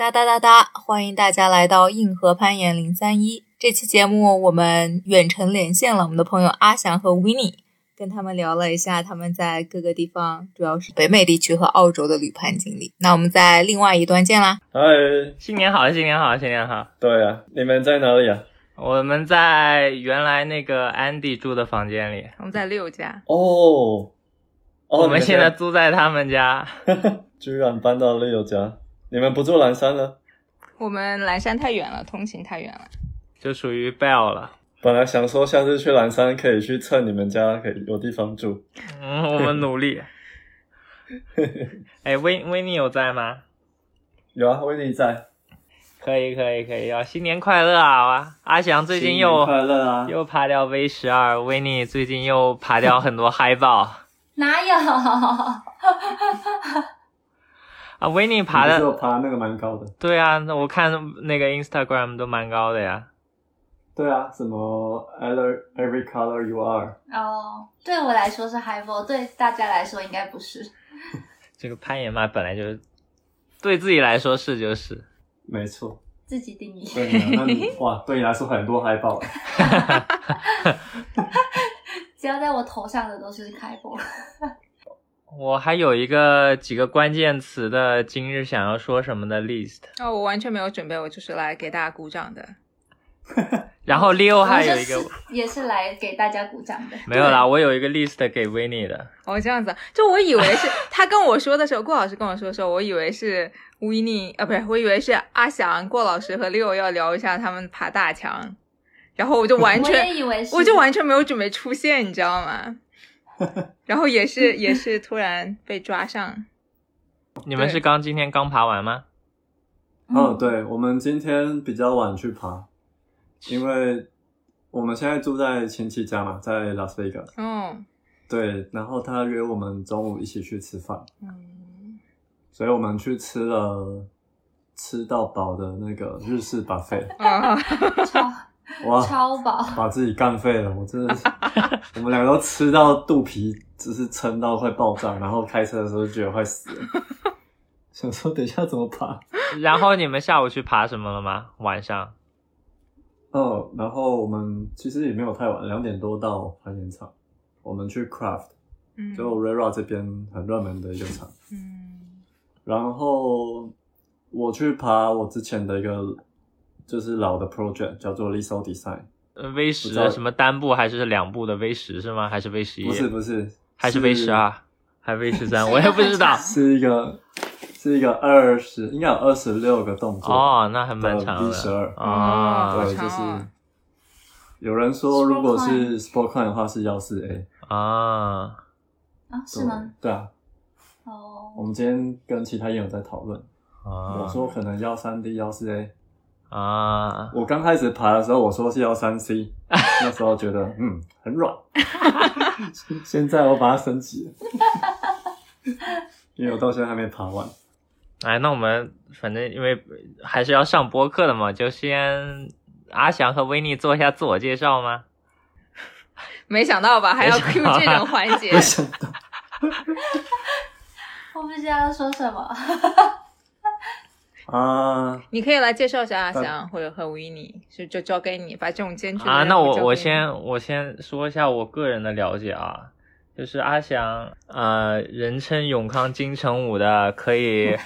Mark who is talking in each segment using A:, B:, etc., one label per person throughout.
A: 哒哒哒哒！欢迎大家来到硬核攀岩零三一。这期节目我们远程连线了我们的朋友阿翔和 w i n n i e 跟他们聊了一下他们在各个地方，主要是北美地区和澳洲的旅攀经历。那我们在另外一端见啦！
B: 嗨，
C: 新年好，新年好，新年好！
B: 哎对啊，你们在哪里啊？
C: 我们在原来那个 Andy 住的房间里，
A: 我们在六家，
B: 哦，哦，
C: 我
B: 你
C: 们现在租在他们家。
B: 居然搬到六友家，你们不住蓝山了？
A: 我们蓝山太远了，通勤太远了。
C: 就属于 Bell 了。
B: 本来想说下次去蓝山可以去蹭你们家，可以有地方住。
C: 嗯，我们努力。哎，威威尼有在吗？
B: 有啊，威利在。
C: 可以，可以，可以。要新年快乐啊！哇阿翔最近
B: 新年
C: 又
B: 快乐啊！
C: 又爬掉 V 十二，威尼最近又爬掉很多嗨爆
D: 哪有？
C: 啊！威尼爬
B: 你不
C: 的
B: 是爬那个蛮高的。
C: 对啊，那我看那个 Instagram 都蛮高的呀。
B: 对啊，什么 Every Every Color You Are。
D: 哦，对我来说是 high ball，对大家来说应该不是。
C: 这个攀岩嘛，本来就是对自己来说是就是。
B: 没错，
D: 自己定义。
B: 对啊，那 你哇，对你来说很多海报啊。
D: 只要在我头上的都是开播。
C: 我还有一个几个关键词的今日想要说什么的 list，
A: 哦，我完全没有准备，我就是来给大家鼓掌的。
C: 然后 Leo
D: 我
C: 还
D: 就
C: 有一
D: 是
C: 个
D: 也是来给大家鼓掌的。
C: 没有啦，我有一个 list 给 w i n n i 的，
A: 哦，这样子啊，就我以为是他跟我说的时候，郭老师跟我说的时候，我以为是 w i n n i 啊，不是，我以为是阿翔、郭老师和六要聊一下他们爬大墙，然后我就完
D: 我
A: 全
D: 也以为是，
A: 我就完全没有准备出现，你知道吗？然后也是也是突然被抓上，
C: 你们
A: 对
C: 是刚今天刚爬完吗？
B: 嗯，对，我们今天比较晚去爬，因为我们现在住在亲戚家嘛，在拉斯维加斯。
A: 哦，
B: 对，然后他约我们中午一起去吃饭，
A: 嗯，
B: 所以我们去吃了吃到饱的那个日式 buffet，
A: 啊，
D: 超
B: 哇，
D: 超饱。
B: 把自己干废了，我真的是，我们两个都吃到肚皮，只是撑到快爆炸，然后开车的时候就觉得快死了， 想说等一下怎么爬，
C: 然后你们下午去爬什么了吗？晚上？
B: 哦，然后我们其实也没有太晚，两点多到攀岩场，我们去 craft，
A: 嗯
B: 就 Rera 这边很热门的一个场。
A: 嗯
B: 然后我去爬我之前的一个就是老的 project，叫做 Liso Design，
C: 呃 V
B: 不知道
C: 十什么单步还是两步的 V 十是吗？还是 V 十一？
B: 不是不是，
C: 还是 V 十，二？还 V 十三？我也不 知道。
B: 是一个是一个二十，应该有二十六个动作
C: 哦，那还蛮
B: 的
C: 长
B: V 呃十
C: 的。
B: 二，
C: 啊
B: 对，
A: 好长
B: 就
A: 哦
B: 是有人说如果
D: Sportline
B: 是 Sport Con 的话是幺四 A，
D: 哦
C: 啊，
D: 啊？是吗？？
B: 对啊，我
D: 哦，
B: 们今天跟其他也有在讨论，我
C: 啊
B: 说可能幺三 D 幺四 A，
C: 啊！
B: 我刚开始爬的时候，我说是要三 C，那时候觉得嗯很软，现在我把它升级 了，因为我到现在还没爬完。
C: 哎，那我们反正因为还是要上播客的嘛，就先阿翔和维尼做一下自我介绍吗？
A: 没想到吧，还要
C: 没想
A: Q
C: 到
A: 这种环节
B: 没， 想到
D: 我不知道说什么。
B: 啊，
A: 你可以来介绍一下阿
B: 呃
A: 翔或者和维尼，就就交给你，把这种艰巨的
C: 啊，
A: 任务
C: 那我
A: 交给
C: 我
A: 你
C: 先我先说一下我个人的了解啊，就是阿翔，呃，人称永康金城武的，可以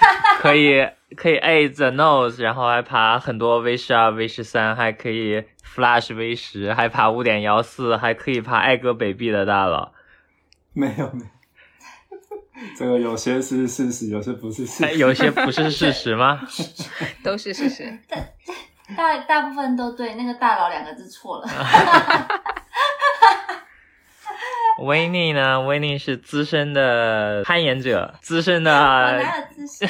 C: 可以可以 A the nose，然后还爬很多 V 十二、V 十三，还可以 Flash V 十，还爬五点幺四，还可以爬艾格北壁的大佬，
B: 没有没有，这个有些是事实，有些不是事
C: 哎
B: 实。
C: 有些不是事实吗？
A: 都是事实，
D: 大大部分都对，那个“大佬”两个字错了。
C: 哎维尼呢？维尼是资深的攀岩者，资深的
D: 我哪有自信？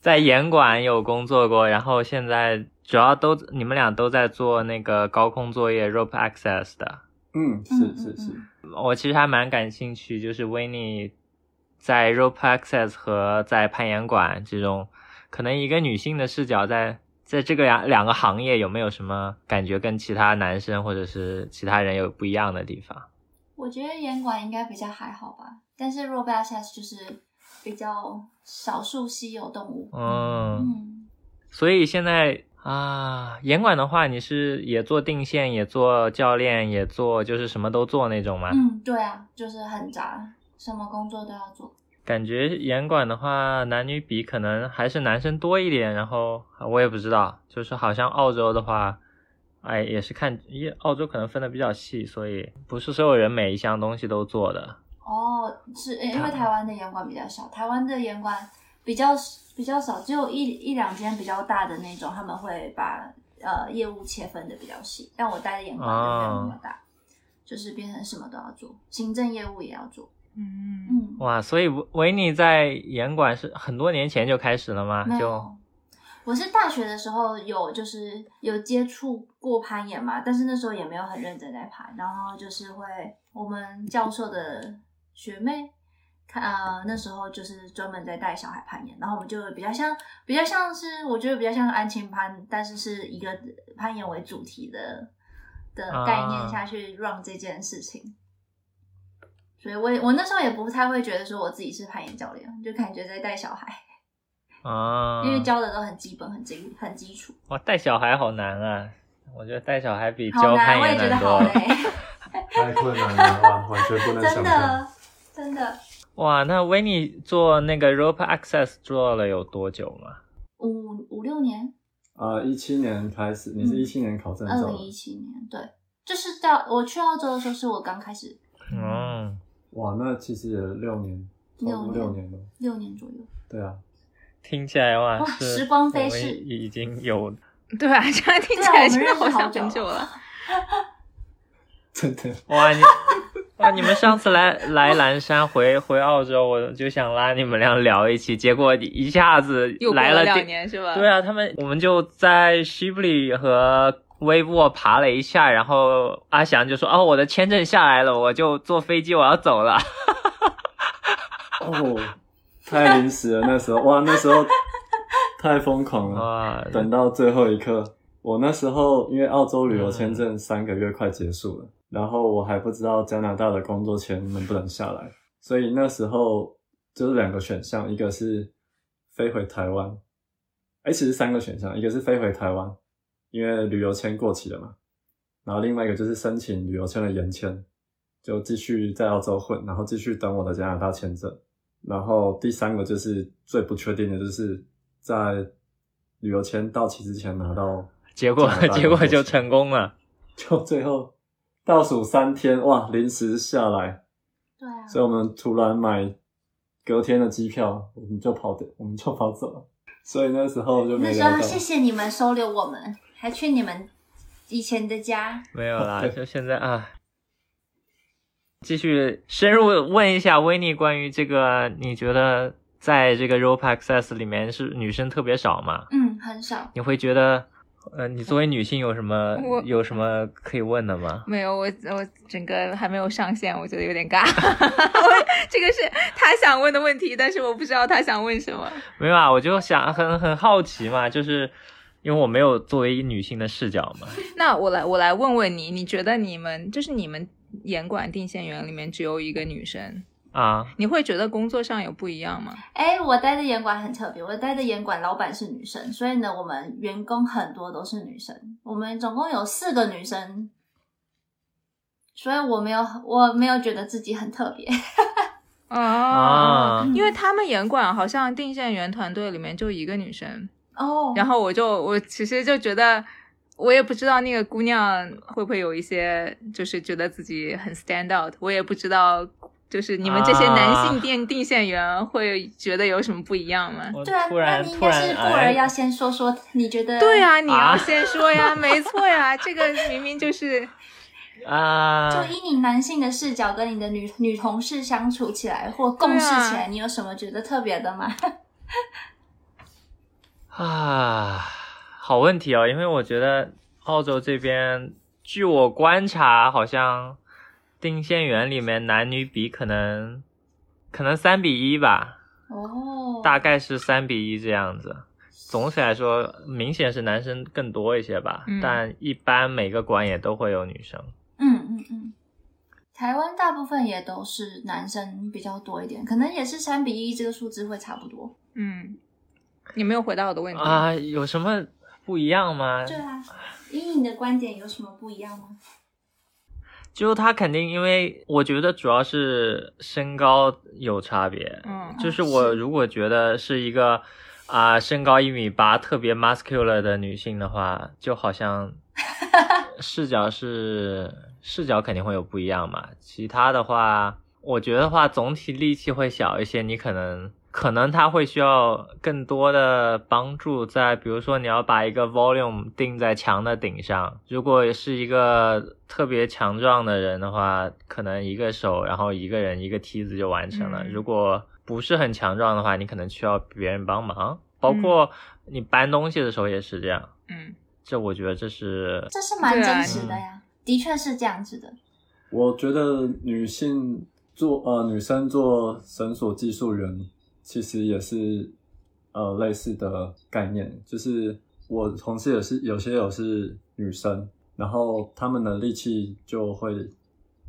C: 在岩馆有工作过，然后现在主要都你们俩都在做那个高空作业 rope access 的。
B: 嗯，是是是，
C: 我其实还蛮感兴趣，就是维尼在 rope access 和在攀岩馆这种，可能一个女性的视角在。在这个两两个行业有没有什么感觉跟其他男生或者是其他人有不一样的地方？
D: 我觉得严管应该比较还好吧，但是 r o b a s 就是比较少数稀有动物。
C: 嗯，
D: 嗯，
C: 所以现在啊，严管的话，你是也做定线，也做教练，也做就是什么都做那种吗？
D: 嗯，对啊，就是很杂，什么工作都要做。
C: 感觉严管的话，男女比可能还是男生多一点。然后我也不知道，就是好像澳洲的话，哎，也是看，因为澳洲可能分的比较细，所以不是所有人每一项东西都做的。
D: 哦，是因为台湾的严管比较少，台湾的严管比较比较少，只有一一两间比较大的那种，他们会把呃业务切分的比较细。但我待的严管就没有那么大，就是变成什么都要做，行政业务也要做。
E: 嗯，
D: 嗯，
C: 哇，所以维维尼在严管是很多年前就开始了吗？
D: 没
C: 就
D: 有。我是大学的时候有就是有接触过攀岩嘛，但是那时候也没有很认真在爬，然后就是会我们教授的学妹，她呃那时候就是专门在带小孩攀岩，然后我们就比较像比较像是我觉得比较像安亲班，但是是一个攀岩为主题的的概
C: 啊
D: 念下去 run 这件事情。所以我也我那时候也不太会觉得说我自己是攀岩教练，就感觉在带小孩。
C: 啊，
D: 因为
B: 嗯
D: 教的都很基本、很基很基础，
C: 哇，带小孩好难啊！我觉得带小孩比
D: 好
C: 教
D: 难，
C: 攀
D: 我也
C: 岩
D: 觉得
C: 难
D: 好
C: 多了。
D: 累，
B: 太困难了，哇，完全不能
D: 真
B: 想象。
D: 的真的
C: 哇，那维尼做那个 rope access 做了有多久吗？
D: 五五六年，
B: 啊，一七年开始，你是
D: 嗯
B: 一七年考证
D: 二
B: 照
D: 零
B: 的，
D: 一七年，对，就是到我去澳洲的时候，是我刚开始
C: 嗯，
B: 哇，那其实也六年，
D: 六
B: 差不多
D: 年
B: 六年了，
D: 六年左右，
B: 对啊，
C: 听起来哇，
D: 哇
C: 是
D: 时光飞逝
C: 我们已经有
E: 对啊，这样听起来真的好像很久了。
B: 真的，
C: 哇你 哇！你们上次来来蓝山回回澳洲，我就想拉你们俩聊一期，结果一下子
E: 又过
C: 来
E: 了
C: 第
E: 两年是吧？
C: 对啊，他们我们就在 Shibley 和微波爬了一下，然后阿翔就说：“哦，我的签证下来了，我就坐飞机，我要走了。
B: 哦，太临时了，那时候，哇，那时候太疯狂”了，
C: 哇，
B: 等到最后一刻，我那时候因为澳洲旅游签证三个月快结束了，然后我还不知道加拿大的工作签能不能下来，所以那时候就是两个选项，一个是飞回台湾，哎，其实三个选项，一个是飞回台湾，因为旅游签过期了嘛，然后另外一个就是申请旅游签的延签，就继续在澳洲混，然后继续等我的加拿大签证。然后第三个就是最不确定的，就是在旅游签到期之前拿到，
C: 结果
B: 加拿大的
C: 结果
B: 工作
C: 就
B: 签
C: 成功了。
B: 就最后倒数三天，哇，临时下来，
D: 对啊，
B: 所以我们突然买隔天的机票，我们就跑的，我们就跑走了。所以那时候就没
D: 那时
B: 聊到
D: 候，谢谢你们收留我们，还去你们以前的家，
C: 没有 啦，
B: 对
C: 就现在啊。继续深入问一下维尼关于这个，你觉得在这个 rope access 里面是女生特别少吗？
D: 嗯，很少，
C: 你会觉得，呃，你作为女性有什么
E: 我
C: 有什么可以问的吗？
E: 没有，我我整个还没有上线，我觉得有点 尬。我这个是他想问的问题，但是我不知道他想问什么。
C: 没有啊，我就想很很好奇嘛，就是因为我没有作为女性的视角嘛，
E: 那我来我来问问你，你觉得你们就是你们严管定线员里面只有一个女生，
C: 啊，
E: 你会觉得工作上有不一样吗？
D: 哎，我待的严管很特别，我待的严管老板是女生，所以呢，我们员工很多都是女生，我们总共有四个女生，所以我没有我没有觉得自己很特别。
E: 哦、
C: 啊
E: 因为他们严管好像定线员团队里面就一个女生，
D: 哦，
E: 然后我就我其实就觉得。我也不知道那个姑娘会不会有一些，就是觉得自己很 stand out。我也不知道，就是你们这些
B: 啊
E: 男性定定线员会觉得有什么不一样吗？
C: 我
D: 对啊，
C: 突
D: 那
C: 然
D: 你应
C: 突
D: 该
C: 然
D: 是过儿
C: 哎
D: 要先说说，你觉得
E: 对、呀、你要
C: 啊
E: 先说呀，没错呀，这 个明明就是
C: 啊
D: 就，以你男性的视角跟你的女女同事相处起来或共事
E: 啊
D: 起来，你有什么觉得特别的吗？
C: 啊，好问题哦，因为我觉得澳洲这边，据我观察，好像定线员里面男女比可能可能三比一吧，
D: 哦，
C: 大概是三比一这样子。总体来说，明显是男生更多一些吧，
E: 嗯
C: 但一般每个馆也都会有女生。
D: 嗯嗯嗯，台湾大部分也都是男生比较多一点，可能也是三比一这个数字会差不多。
E: 嗯，你没有回答我的问题。
C: 啊，有什么不一样吗？
D: 对啊，以你的观点有什么不一样吗？
C: 就他肯定，因为我觉得主要是身高有差别。
E: 嗯
C: 就是我如果觉得是一个啊、身高一米八特别 muscular 的女性的话，就好像视角是视角肯定会有不一样嘛。其他的话，我觉得话总体力气会小一些，你可能可能他会需要更多的帮助在，比如说你要把一个 volume 定在墙的顶上，如果是一个特别强壮的人的话，可能一个手，然后一个人一个梯子就完成了。
E: 嗯
C: 如果不是很强壮的话，你可能需要别人帮
A: 嗯
C: 忙，包括你搬东西的时候也是这样。
E: 嗯，
C: 这我觉得这是
D: 这是蛮
E: 对啊
D: 真实的呀，嗯的确是这样子的。
B: 我觉得女性做呃女生做绳索技术员，其实也是呃类似的概念，就是我同事也是有些有是女生，然后她们的力气就会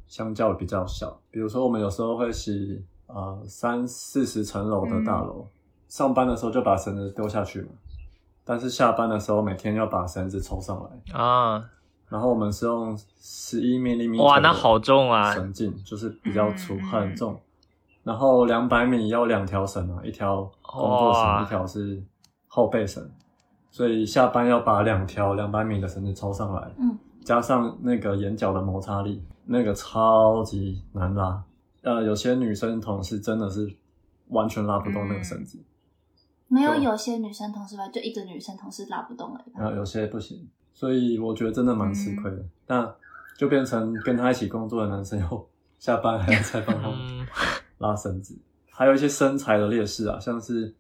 B: 相较比较小。比如说我们有时候会洗呃三四十层楼的大楼，上班的时候就把绳子丢下去嘛，但是下班的时候每天要把绳子抽上来。
C: 啊，
B: 然后我们是用十一 m m
C: 哇，那好重啊！
B: 绳径就是比较粗，
E: 嗯
B: 很重。然后两百米要两条绳啊，一条工作
C: 哇
B: 绳，一条是后背绳，所以下班要把两条两百米的绳子抽上来，
D: 嗯，
B: 加上那个眼角的摩擦力，那个超级难拉。呃，有些女生同事真的是完全拉不动那个绳子，
D: 没有
B: 对
D: 有些女生同事吧，就一个女生同事拉不动了。
B: 然后有些不行，所以我觉得真的蛮吃亏的。那就变成跟他一起工作的男生又下班还要 再帮他
C: 嗯
B: 拉绳子，还有一些身材的劣势啊，像是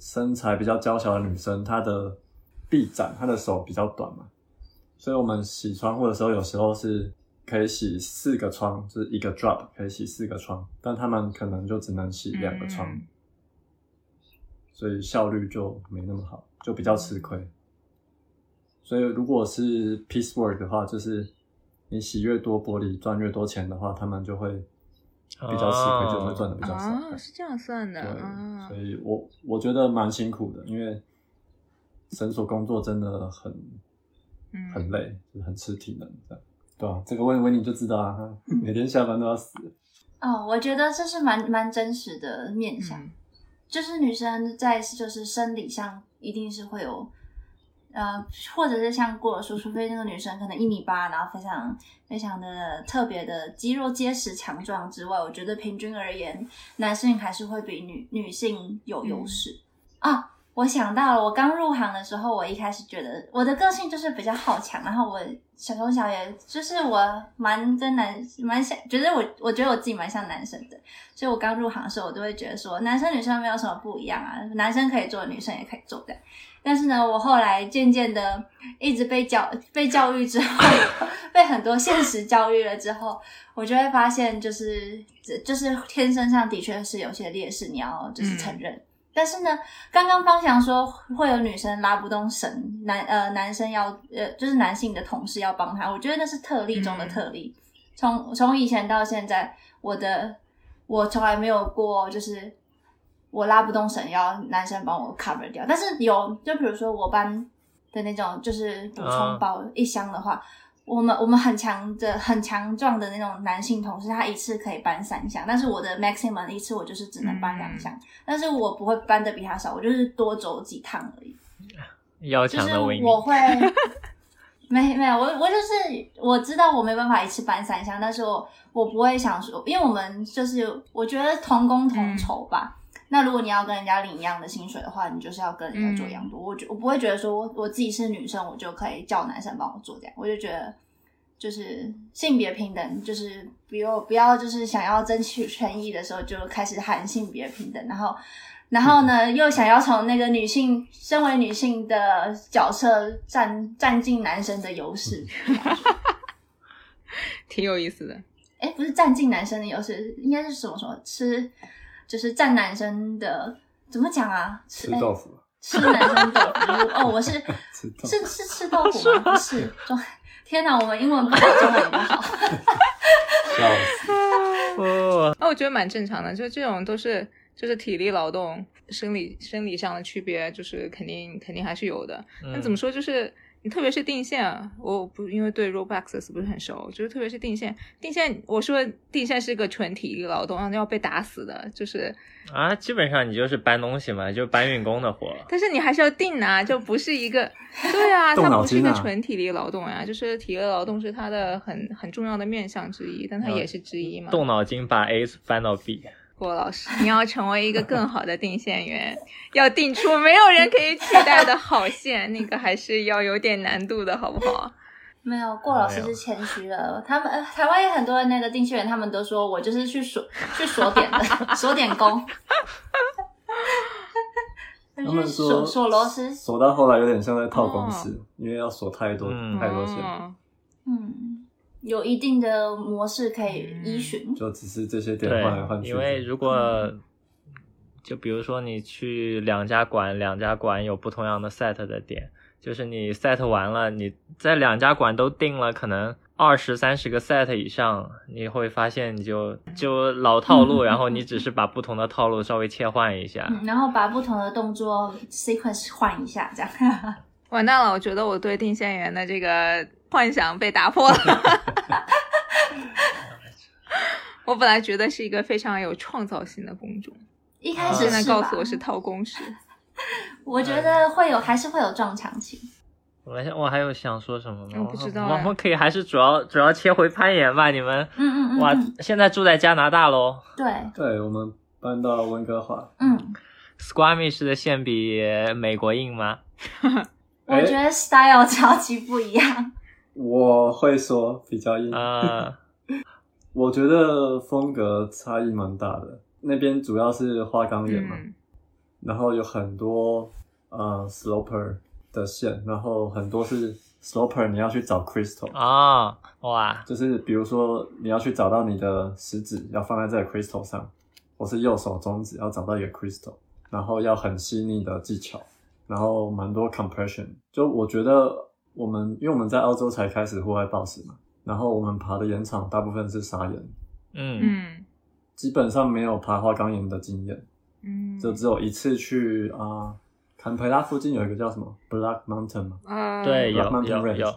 B: 身材比较娇小的女生，她的臂展，她的手比较短嘛，所以我们洗窗户的时候，有时候是可以洗四个窗，就是一个 drop 可以洗四个窗，但她们可能就只能洗两个窗，
E: 嗯
B: 所以效率就没那么好，就比较吃亏。所以如果是 piece work 的话，就是你洗越多玻璃赚越多钱的话，他们就会比较吃亏，就会赚的比较
A: 哦
B: 少。
E: 啊，是这样算的
D: 嗯
B: 对，
E: 啊
B: 所。以我我觉得蛮辛苦的，因为绳索工作真的很
E: 嗯
B: 很累，就是很吃体能这样。对啊，这个问问你就知道啊， 他每天下班都要死。
D: 哦，我觉得这是蛮蛮真实的面相，
E: 嗯
D: 就是女生在就是生理上一定是会有，呃，或者是像过了说，除非那个女生可能一米八，然后非常非常的特别的肌肉结实强壮之外，我觉得平均而言，男性还是会比女女性有优势、啊。我想到了，我刚入行的时候，我一开始觉得我的个性就是比较好强，然后我小从小也就是我蛮跟男蛮像，觉得我我觉得我自己蛮像男生的，所以我刚入行的时候，我都会觉得说男生女生没有什么不一样啊，男生可以做，女生也可以做的。但是呢，我后来渐渐的一直被教被教育之后， 被很多现实教育了之后，我就会发现，就是这就是天生上的确是有些劣势，你要就是承认。但是呢，刚刚方翔说会有女生拉不动绳，男呃男生要呃就是男性的同事要帮他，我觉得那是特例中的特例。从从以前到现在，我的我从来没有过，就是我拉不动绳要男生帮我 cover 掉。但是有，就比如说我班的那种，就是补充包一箱的话，我们我们很强的、很强壮的那种男性同事，他一次可以搬三箱，但是我的 maximum 一次我就是只能搬两箱，但是我不会搬的比他少，我就是多走几趟而已。
C: 要
D: 就
C: 强
D: 是
C: 的维尼，
D: 我会， 没没有，我我就是我知道我没办法一次搬三箱，但是我我不会想说，因为我们就是我觉得同工同酬吧。那如果你要跟人家领一样的薪水的话，你就是要跟人家做一样
B: 嗯
D: 多。我觉我不会觉得说我我自己是女生，我就可以叫男生帮我做这样，我就觉得。就是性别平等，就是不要不要，就是想要争取权益的时候就开始喊性别平等，然后然后
B: 嗯
D: 呢，又想要从那个女性，身为女性的角色占占尽男生的优势，
E: 挺有意思的。
B: 嗯
D: 哎，不是占尽男生的优势，应该是什么什么吃，就是占男生的怎么讲啊？
B: 吃
D: 诶
B: 豆腐，
D: 吃男生豆腐哦，我是
B: 吃豆腐。
D: 是是吃豆腐吗？不是，中 天哪，我们英文不好，中文也不好，
B: 笑死！
D: 哎
A: 哦
E: 啊，我觉得蛮正常的，就这种都是
A: 就是体力劳动、生理生理上的区别，就是肯定肯定还是有的。但
B: 嗯
A: 怎么说，就是你特别是定线，啊我不因为对 Roblox 不是很熟，就是特别是定线，定线我说定线是个纯体力劳动，然后要被打死的，就是
C: 啊？基本上你就是搬东西嘛，就是搬运工的活。
A: 但是你还是要定啊，就不是一个， 对啊，
B: 动
A: 它
B: 脑
A: 不是一个
B: 筋啊
A: 纯体力劳动啊，就是体力劳动是它的很很重要的面向之一，但它
C: 嗯
A: 也是之一嘛。
C: 动脑筋把 A 翻到 B，
A: 郭老师，你要成为一个更好的定线员，要定出没有人可以取代的好线，那个还是要有点难度的，好不好？
D: 没有，郭老师是谦虚了。他们、呃台湾也很多那个定线员，他们都说我就是去锁去锁点的， 锁点工。
B: 他们
D: 去
B: 说
D: 锁锁螺丝，哦
B: 锁到后来有点像在套公司，因为要锁太多、
C: 嗯
B: 太多线，
A: 哦
D: 嗯，有一定的模式可以
B: 嗯
D: 依循。
B: 就只是这些点换来换
C: 对，
B: 去。
C: 因为如果
A: 嗯
C: 就比如说你去两家馆，两家馆有不同样的 set 的点，就是你 set 完了，你在两家馆都定了，可能二十三十个 set 以上，你会发现你就就老套路，
D: 嗯
C: 然后你只是把不同的套路稍微切换一下。
D: 嗯，然后把不同的动作 sequence 换一下，这样。
A: 完蛋了，我觉得我对定线员的这个幻想被打破了。 我本来觉得是一个非常有创造性的工种，
D: 一
B: 啊
D: 开始
A: 现在
D: 是
A: 告
D: 吧
A: 诉我是套公式。
D: 我觉得会有，还是会有撞墙期。
C: 我来想，我还有想说什么吗？
A: 我不知道
C: 我
A: 哎
C: 们可以还是主要主要切回攀岩吧，你们。
D: 嗯嗯嗯，
C: 哇
D: 嗯，
C: 现在住在加拿大喽。
D: 对，
B: 对我们搬到温哥华，
D: 嗯，
C: Squamish 的线比美国硬吗？
D: 我觉
B: 诶
D: 得 style 超级不一样。
B: 我会说比较 硬，
C: 呃，
B: 我觉得风格差异蛮大的。那边主要是花岗岩嘛，
A: 嗯，
B: 然后有很多呃 sloper 的线，然后很多是 sloper 你要去找 crystal，、
C: 哦，哇，
B: 就是比如说你要去找到你的食指要放在这个 crystal 上，我是右手中指要找到一个 crystal，然后要很细腻的技巧，然后蛮多 compression。就我觉得我们因为我们在澳洲才开始户外暴食嘛，然后我们爬的岩场大部分是砂岩，
C: 嗯
A: 嗯
B: 基本上没有爬花岗岩的经验。
A: 嗯，
B: 就只有一次去啊、坎培拉附近有一个叫什么 Black Mountain 嘛，
D: 嗯
A: 啊，
C: 对，有
B: Rock Mountain
C: 有
B: Range
C: 有，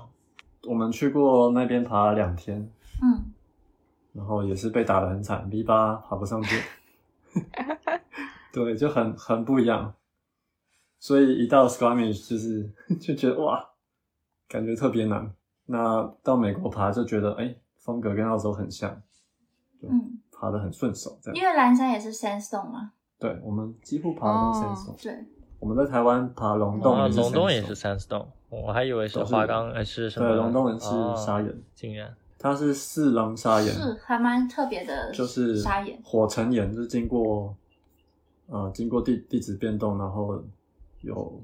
B: 我们去过那边爬了两天，
D: 嗯，
B: 然后也是被打得很惨，V 八爬不上去，对，就很很不一样。所以一到 Squamish 就是 就觉得哇，感觉特别难。那到美国爬就觉得哎、风格跟澳洲很像，就
D: 嗯
B: 爬得很顺手这
D: 因
B: 样。
D: 为蓝山也是 sandstone 嘛，
B: 对，我们几乎爬的都
A: 哦
B: sandstone，、
D: 对，
B: 我们在台湾爬龙洞
C: 哦
B: 也是
C: 龙洞也
B: sandstone
C: 是 sandstone，我还以为是
B: 都是
C: 花岗，呃，是什么？
B: 对，龙洞人是
C: 哦
B: 砂岩，
C: 竟然，
B: 它是四郎砂岩，
D: 是还蛮特别的，
B: 就是
D: 砂岩。
B: 火成岩，就是经过呃经过地地质变动，然后有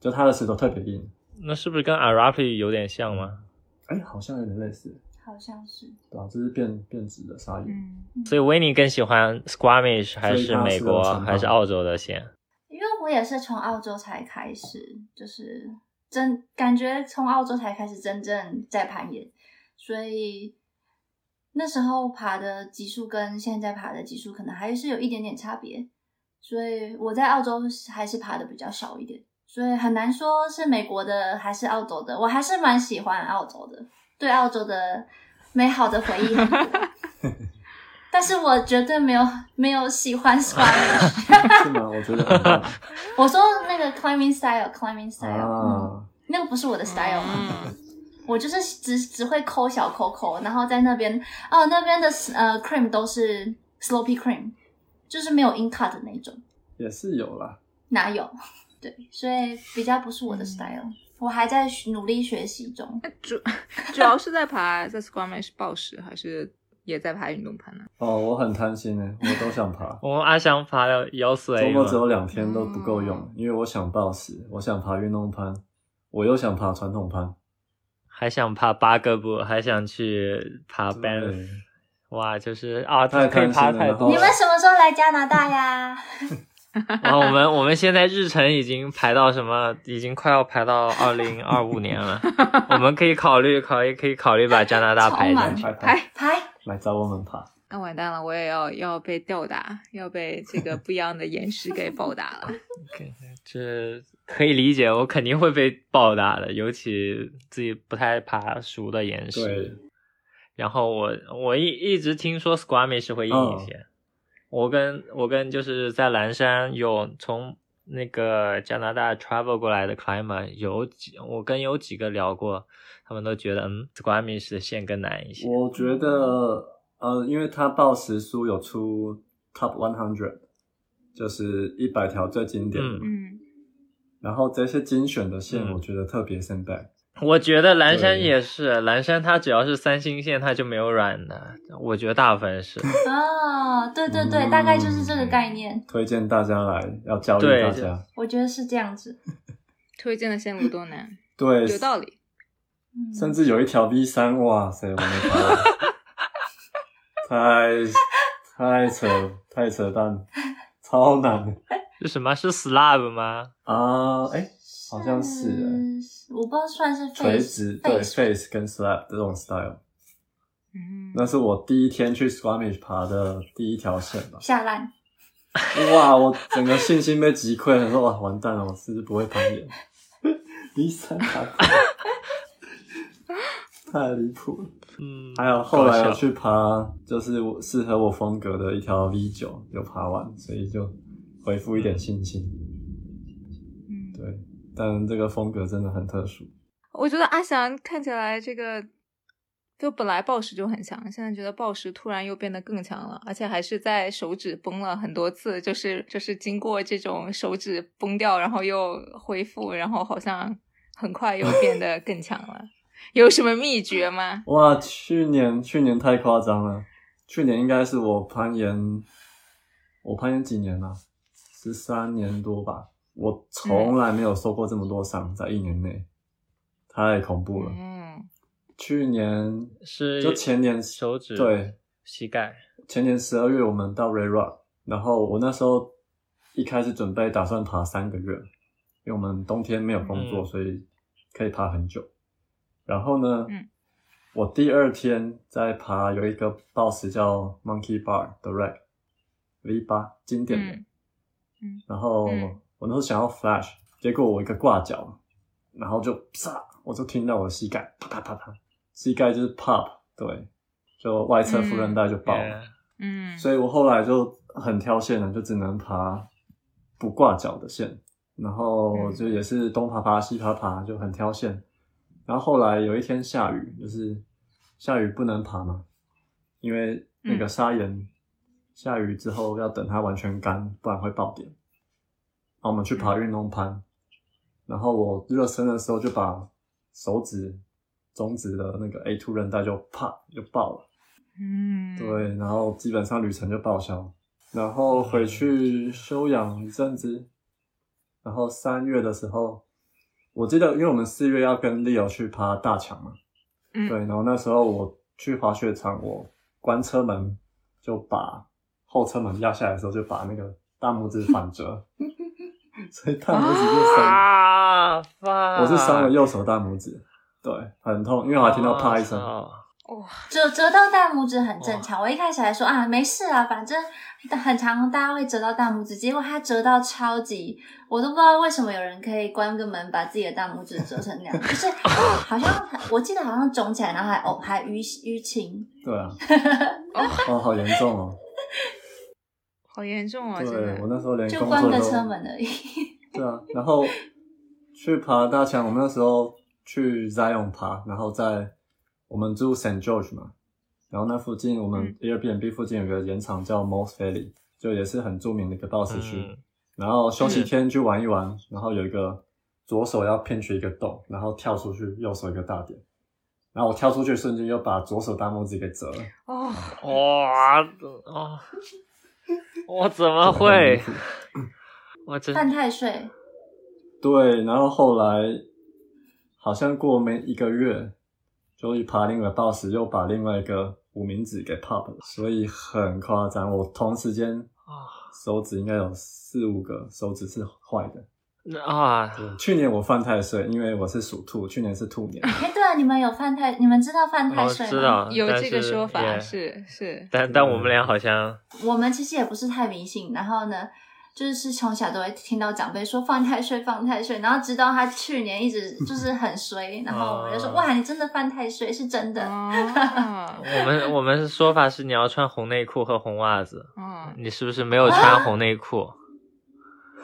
B: 就它的石头特别硬，
C: 那是不是跟 Arapi 有点像吗？
B: 哎，好像有点类似，
D: 好像是，
B: 对啊吧、这是变变质的砂岩，
A: 嗯，
C: 所以维尼更喜欢 Squamish 还
B: 所以
C: 是
B: 它
C: 美
B: 是
C: 国
B: 有城邦
C: 还是澳洲的线？。
D: 因为我也是从澳洲才开始，就是真感觉从澳洲才开始真正在攀岩，所以那时候爬的级数跟现在爬的级数可能还是有一点点差别，所以我在澳洲还是爬的比较少一点，所以很难说是美国的还是澳洲的，我还是蛮喜欢澳洲的，对澳洲的美好的回忆很多。但是我绝对没有没有喜欢 s w a m
B: 是吗？我觉得很 棒
D: 我说那个 climbing style，climbing style，、嗯、
B: 啊，
D: 那个不是我的 style 嘛，
A: 嗯
D: 我就是只只会抠小抠抠，然后在那边哦，那边的呃 cream 都是 slopy cream，就是没有 in cut 的那种，
B: 也是有啦。
D: 哪有？ 对，所以比较不是我的 style，、我还在努力学习中。
A: 主主要是在爬在 Squamish 暴食，还是也在爬运动攀呢？
B: 哦，我很贪心呢，我都想爬
C: 我们阿翔爬了幺四
B: 周
C: A
B: 末只有
C: 嘛，
B: 两天都不够用，因为我想暴食，我想爬运动攀，我又想爬传统攀。
C: 还想爬八个步，还想去爬
B: 对
C: Banff，哇，就是啊，
B: 太
C: 可以
B: 贪
C: 爬
B: 心了
C: 太
B: 然后
C: 多。
D: 你们什么时候来加拿大呀？
C: 然后我们我们现在日程已经排到什么？已经快要排到二零二五年 了。我们可以考虑考虑可以考虑把加拿大排
D: 超
C: 进
D: 满
C: 去。
B: 来爬
A: 哎
D: 拍
B: 来找我们爬，
A: 那啊完蛋了，我也要要被吊打，要被这个不一样的岩石给暴打 了。
C: 这可以理解，我肯定会被暴打的，尤其自己不太爬熟的岩
B: 对
C: 石。然后我我一一直听说 squamish 会硬
B: 嗯
C: 一些，我跟我跟就是在蓝山有从那个加拿大 travel 过来的 climber 有几，我跟有几个聊过，他们都觉得嗯 squamish 的线更难一些。
B: 我觉得，呃，因为它报时书有出 Top One Hundred，就是一百条最经典的，
C: 嗯
A: 嗯，
B: 然后这些精选的线，
C: 嗯
B: 我觉得特别 send back。
C: 我觉得蓝山
B: 对
C: 也是，蓝山它只要是三星线，它就没有软的。我觉得大部 分是，
D: 啊，对对对，
B: 嗯
D: 大概就是这个概念，
B: 推荐大家来，要教育
C: 对
B: 大家。
D: 我觉得是这样子。
A: 推荐的线路多难，
B: 对，
A: 有道理。
D: 嗯，
B: 甚至有一条 V 三，哇塞，我没爬 完，太太扯太扯淡了，超难的
C: 是什么？是 slab 吗？
B: 啊！哎、好像是
D: 是我不知道算是
B: 垂
D: face-
B: 直对
D: face
B: face 跟 slap 这种 style，
A: 嗯，
B: 那是我第一天去 squamish 爬的第一条线吧。
D: 下烂，
B: 哇，我整个信心被击溃了，说哇完蛋了，我是不是不会攀岩？V 三爬不了太离谱了。
C: 嗯，
B: 还有后来
C: 搞
B: 有
C: 笑
B: 去爬，就是我适合我风格的一条 V 九，有爬完，所以就恢复一点信心。
A: 嗯
B: 对，但这个风格真的很特殊。
A: 我觉得阿翔看起来这个，就本来暴食就很强，现在觉得暴食突然又变得更强了，而且还是在手指崩了很多次，就是就是经过这种手指崩掉，然后又恢复，然后好像很快又变得更强 了。有什么秘诀吗？
B: 哇，去年去年太夸张了，去年应该是我攀岩，我攀岩几年了、十三年多吧，我从来没有受过这么多伤，在一年内，太恐怖了。
A: 嗯，
B: 去年
C: 是
B: 就前年
C: 手指
B: 对
C: 膝盖，
B: 前年十二月我们到 Ray Rock，然后我那时候一开始准备打算爬三个月，因为我们冬天没有工作，
C: 嗯
B: 所以可以爬很久。然后呢，
A: 嗯
B: 我第二天在爬有一个 boss 叫 Monkey Bar 的 rack V 八经典的，
A: 嗯嗯
B: 然后
A: 嗯
B: 我那时候想要 flash，结果我一个挂脚，然后就啪，我就听到我的膝盖啪啪啪啪，膝盖就是 pop，对，就外侧副韧带就爆了。
C: 嗯 Yeah，
A: 嗯，
B: 所以我后来就很挑线了，就只能爬不挂脚的线，然后
A: 嗯
B: 就也是东爬爬西爬爬，就很挑线。然后后来有一天下雨，就是下雨不能爬嘛，因为那个砂岩、下雨之后要等它完全干，不然会爆点。然后我们去爬运动攀，然后我热身的时候就把手指中指的那个 A two 韧带就啪就爆了。
A: 嗯，
B: 对，然后基本上旅程就报销，然后回去休养一阵子，然后三月的时候，我记得因为我们四月要跟 Leo 去爬大墙嘛，
A: 嗯
B: 对，然后那时候我去滑雪场，我关车门就把后车门压下来的时候，就把那个大拇指反 折，所以大拇指就伤，
C: 啊，发，
B: 我是伤了右手大拇指，对，很痛，因为我还听到啪一声，
C: 哦
A: 哇，
D: 折折到大拇指很正常。我一开始还说啊，没事啊，反正很常大家会折到大拇指，结果他折到超级，我都不知道为什么有人可以关个门把自己的大拇指折成那样，就是 好像我记得好像肿起来，然后还哦还淤淤青，
B: 对 啊，哦，好严重哦。
A: 好严重啊！真
B: 对我
A: 的，
B: 那时候连
D: 就
B: 工
D: 关
B: 作
D: 个
B: 都
D: 车门而已。
B: 对啊，然后去爬大墙，我们那时候去 Zion 爬，然后在我们住 St George 嘛，然后那附近我们
A: 嗯
B: Airbnb 附近有个盐场叫 Moss Valley，就也是很著名的一个 boss 区。
C: 嗯
B: 然后休
A: 嗯
B: 息
C: 是
B: 天去玩一玩，然后有一个左手要骗去一个洞，然后跳出去，右手一个大点。然后我跳出去的瞬间又把左手大拇指给折了，
A: 哦，
C: 哇哦，我怎么 会？我真
D: 犯太岁，
B: 对，然后后来好像过没一个月，就一爬另外 boss 又把另外一个无名指给 pop 了，所以很夸张。我同时间
C: 啊
B: 手指应该有四五个手指是坏的，
C: 那啊，
B: 对去年我犯太岁，因为我是属兔，去年是兔年。
D: 哎，对了，你们有犯太，你们知道犯
B: 哦
D: 太
C: 我
D: 岁吗？
C: 知道
A: 有
C: 嗯但
A: 这个
C: 是
A: 说法
C: 也
A: 是 是，
C: 但但
B: 嗯
C: 我们俩好像
D: 我们其实也不是太迷信，然后呢，就是从小都会听到长辈说犯太岁，犯太岁，然后直到他去年 一直就是很衰，然后我们就说
B: 啊
C: 哦
D: 哇，你真的犯太岁，是真的。
A: 啊
C: 我们我们说法是你要穿红内裤和红袜子，
A: 啊，
C: 你是不是没有穿红内裤？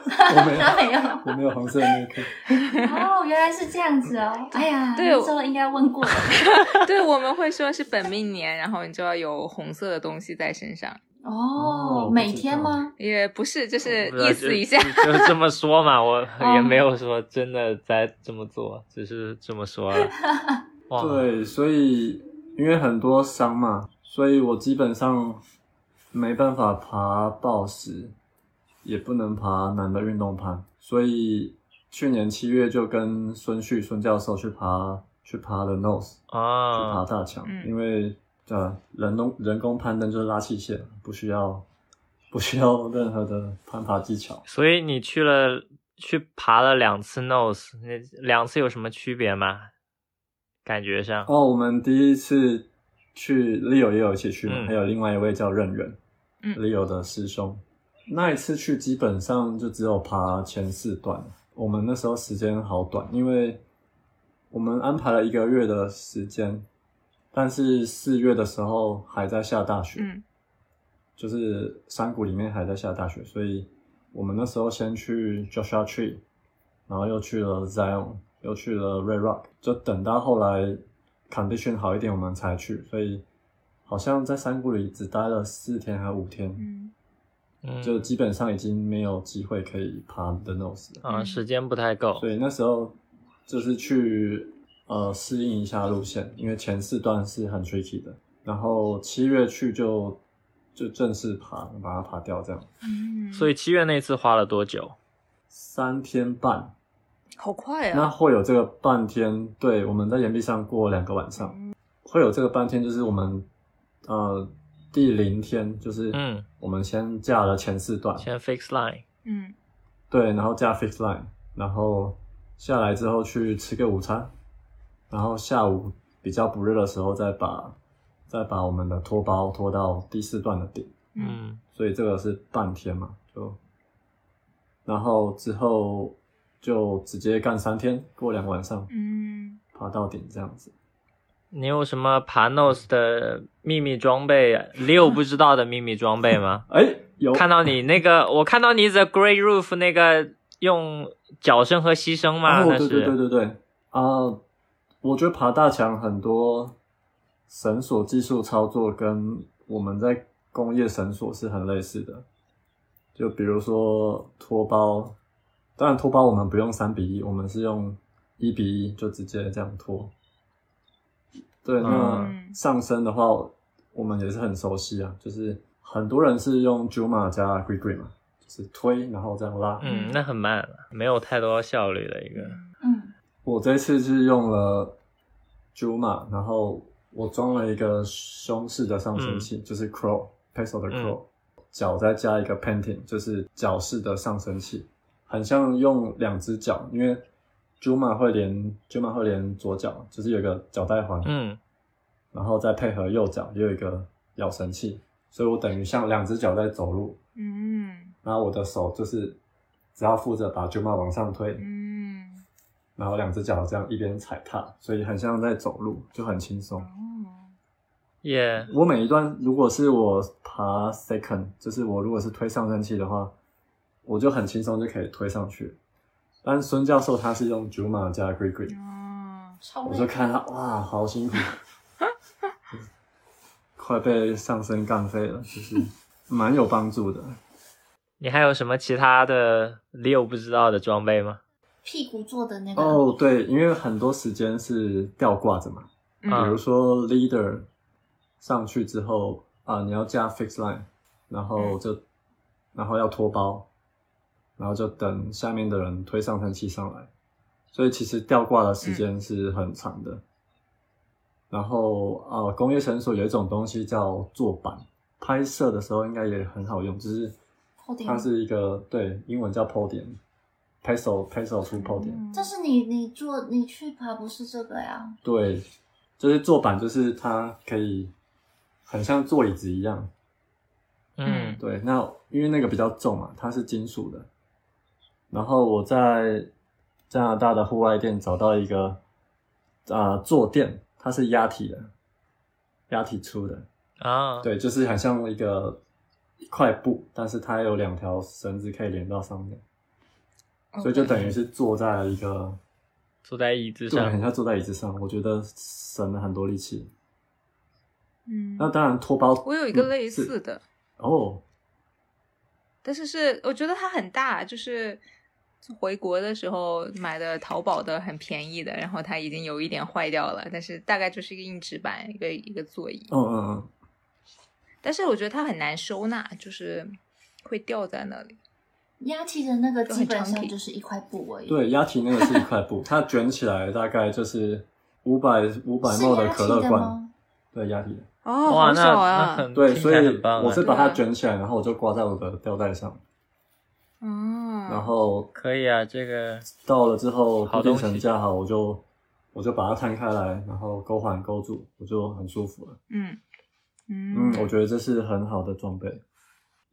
B: 我没有，
D: 哪没有？
B: 我没有红色内裤。
D: 哦，原来是这样 子哦。哎呀，
A: 对
D: 那时候应该问过的。
A: 对，我们会说是本命年，然后你就要有红色的东西在身上，
B: 哦
D: 哦
B: 我，不
D: 每
B: 知
D: 天吗？
A: 也不是，就是
C: 不知道
A: 意思一下。
C: 就就就这么说 嘛，我
D: 哦
C: 也没有说真的在这么做，只是这么说 了。哇，
B: 对，所以因为很多伤嘛，所以我基本上没办法爬抱石，也不能爬男的运动攀，所以去年七月就跟孙旭孙教授去爬去爬的 nose，去爬
C: 啊，
B: 大墙，
A: 嗯
B: 因为呃人工人工攀登就是拉器械，不需要不需要任何的攀爬技巧。
C: 所以你去了去爬了两次 nose，那两次有什么区别吗？感觉上，
B: 哦，我们第一次去 Leo 也有一起去嘛，
C: 嗯
B: 还有另外一位叫任远、
A: 嗯
B: l e o 的师兄。那一次去基本上就只有爬前四段，我们那时候时间好短，因为我们安排了一个月的时间，但是四月的时候还在下大雪，
A: 嗯
B: 就是山谷里面还在下大雪，所以我们那时候先去 Joshua Tree，然后又去了 Zion，又去了 Red Rock，就等到后来 condition 好一点我们才去，所以好像在山谷里只待了四天还五天，
A: 嗯
C: 嗯，
B: 就基本上已经没有机会可以爬 The Nose 了。
C: 啊，时间不太够
B: 所。以那时候就是去呃适应一下路线，因为前四段是很 tricky 的，然后七月去就就正式爬，把它爬掉这样，
A: 嗯，
C: 所以七月那次花了多久？
B: 三天半，
A: 好快
B: 那
A: 啊！
B: 会有这个半天，对，我们在岩壁上过两个晚上，会有这个半天，就是我们呃第零天，就是
C: 嗯
B: 我们先架了前四段，
C: 先 fix line，
A: 嗯
B: 对，然后加 fix line，然后下来之后去吃个午餐，然后下午比较不热的时候再把再把我们的拖包拖到第四段的顶，
A: 嗯
C: 嗯，
B: 所以这个是半天嘛，就然后之后就直接干三天，过两晚上
A: 嗯，
B: 爬到顶这样子。
C: 你有什么爬 nose 的秘密装备？六不知道的秘密装备吗？
B: 哎，有
C: 看到你那个，我看到你 The Great Roof 那个用脚声和牺牲吗？
B: 哦，对
C: 那是
B: 对对对对啊、我觉得爬大墙很多绳索技术操作跟我们在工业绳索是很类似的，就比如说脱包，当然脱包我们不用三比一，我们是用一比一就直接这样脱。对，那
A: 嗯
B: 上身的话，我们也是很熟悉啊，就是很多人是用 Juma 加 Gree Gree 嘛，就是推然后这样拉，
C: 嗯，那很慢了，没有太多效率的一个。
D: 嗯，
B: 我这次是用了 Juma，然后我装了一个胸式的上升器，就是 Crow Peso 的 Crow，、脚再加一个 Painting，就是脚式的上升器，很像用两只脚，因为 Juma 会连 Juma 会连左脚，就是有一个脚带环，
C: 嗯，
B: 然后再配合右脚也有一个摇绳器，所以我等于像两只脚在走路，
A: 嗯
B: 然后我的手就是只要负责把 Juma 往上推，
A: 嗯，
B: 然后两只脚这样一边踩踏，所以很像在走路，就很轻松。
A: 哦，
C: 耶、
B: 我每一段如果是我爬 second，就是我如果是推上升器的话，我就很轻松就可以推上去。但孙教授他是用 Juma 加 Gree Gree，
A: 哦，
D: 超
B: 我
D: 累
B: 就看他哇，好辛苦，快被上升干废了，就是蛮有帮助的。
C: 你还有什么其他的六不知道的装备吗？
D: 屁股坐的那个。
B: 哦，对，因为很多时间是吊挂着嘛，
A: 嗯
C: 啊
B: 比如说 leader 上去之后啊，你要加 fix line，然后就、然后要脱包，然后就等下面的人推上升器上来，所以其实吊挂的时间是很长的。然后啊，工业绳索有一种东西叫坐板，拍摄的时候应该也很好用，就是
D: Podium
B: 它是一个对英文叫 podium，拍手拍手出爆点。
D: 这是你你做你去爬不是这个呀？
B: 对，就是坐板，就是它可以很像坐椅子一样。
C: 嗯
B: 对，那因为那个比较重嘛，它是金属的。然后我在加拿大的户外店找到一个啊、呃坐垫，它是压体的，压体出的。
A: 嗯
C: 啊，
B: 对，就是很像一个一块布，但是它有两条绳子可以连到上面，所以
D: 哦
B: 就等于是坐在一个
C: 坐在椅子
B: 对，很
C: 上，
B: 像坐在椅子上。我觉得省了很多力气。
A: 嗯，
B: 那当然脱包，
A: 我有一个
B: 嗯
A: 类
B: 是
A: 似的，
B: 哦，
A: 但是是我觉得它很大，就是回国的时候买的淘宝的很便宜的，然后它已经有一点坏掉了，但是大概就是一个硬纸板，一个一个座椅，
B: 嗯嗯嗯，
A: 但是我觉得它很难收纳，就是会掉在那里。
D: 压体的那个
A: 就
D: 基
A: 很
D: 本
A: 长
D: 上
A: 体
D: 就是一块布而已。，
B: 对，鸭蹄那个是一块布，它卷起来大概就是五百五百
D: 是
B: 沫
D: 压
B: 可
D: 体
B: 乐
D: 的
B: 罐，
D: 吗？
B: 对，鸭蹄的，
A: 哦，
C: 哇，
A: 好
C: 那
A: 少
C: 那
A: 啊！
C: 很
B: 对，
C: 听
B: 所
C: 起
B: 以
C: 来很棒
B: 我
C: 哎
B: 是把它
A: 对啊
B: 卷起来，然后我就挂在我的吊带上，
A: 哦，
B: 然后
C: 可以啊，这个
B: 到了之后
C: 好
B: 固
C: 东
B: 定
C: 西
B: 成架好，我就我就把它摊开来，然后勾环勾住，我就很舒服了。
A: 嗯
B: 嗯
A: 嗯，
B: 我觉得这是很好的装备，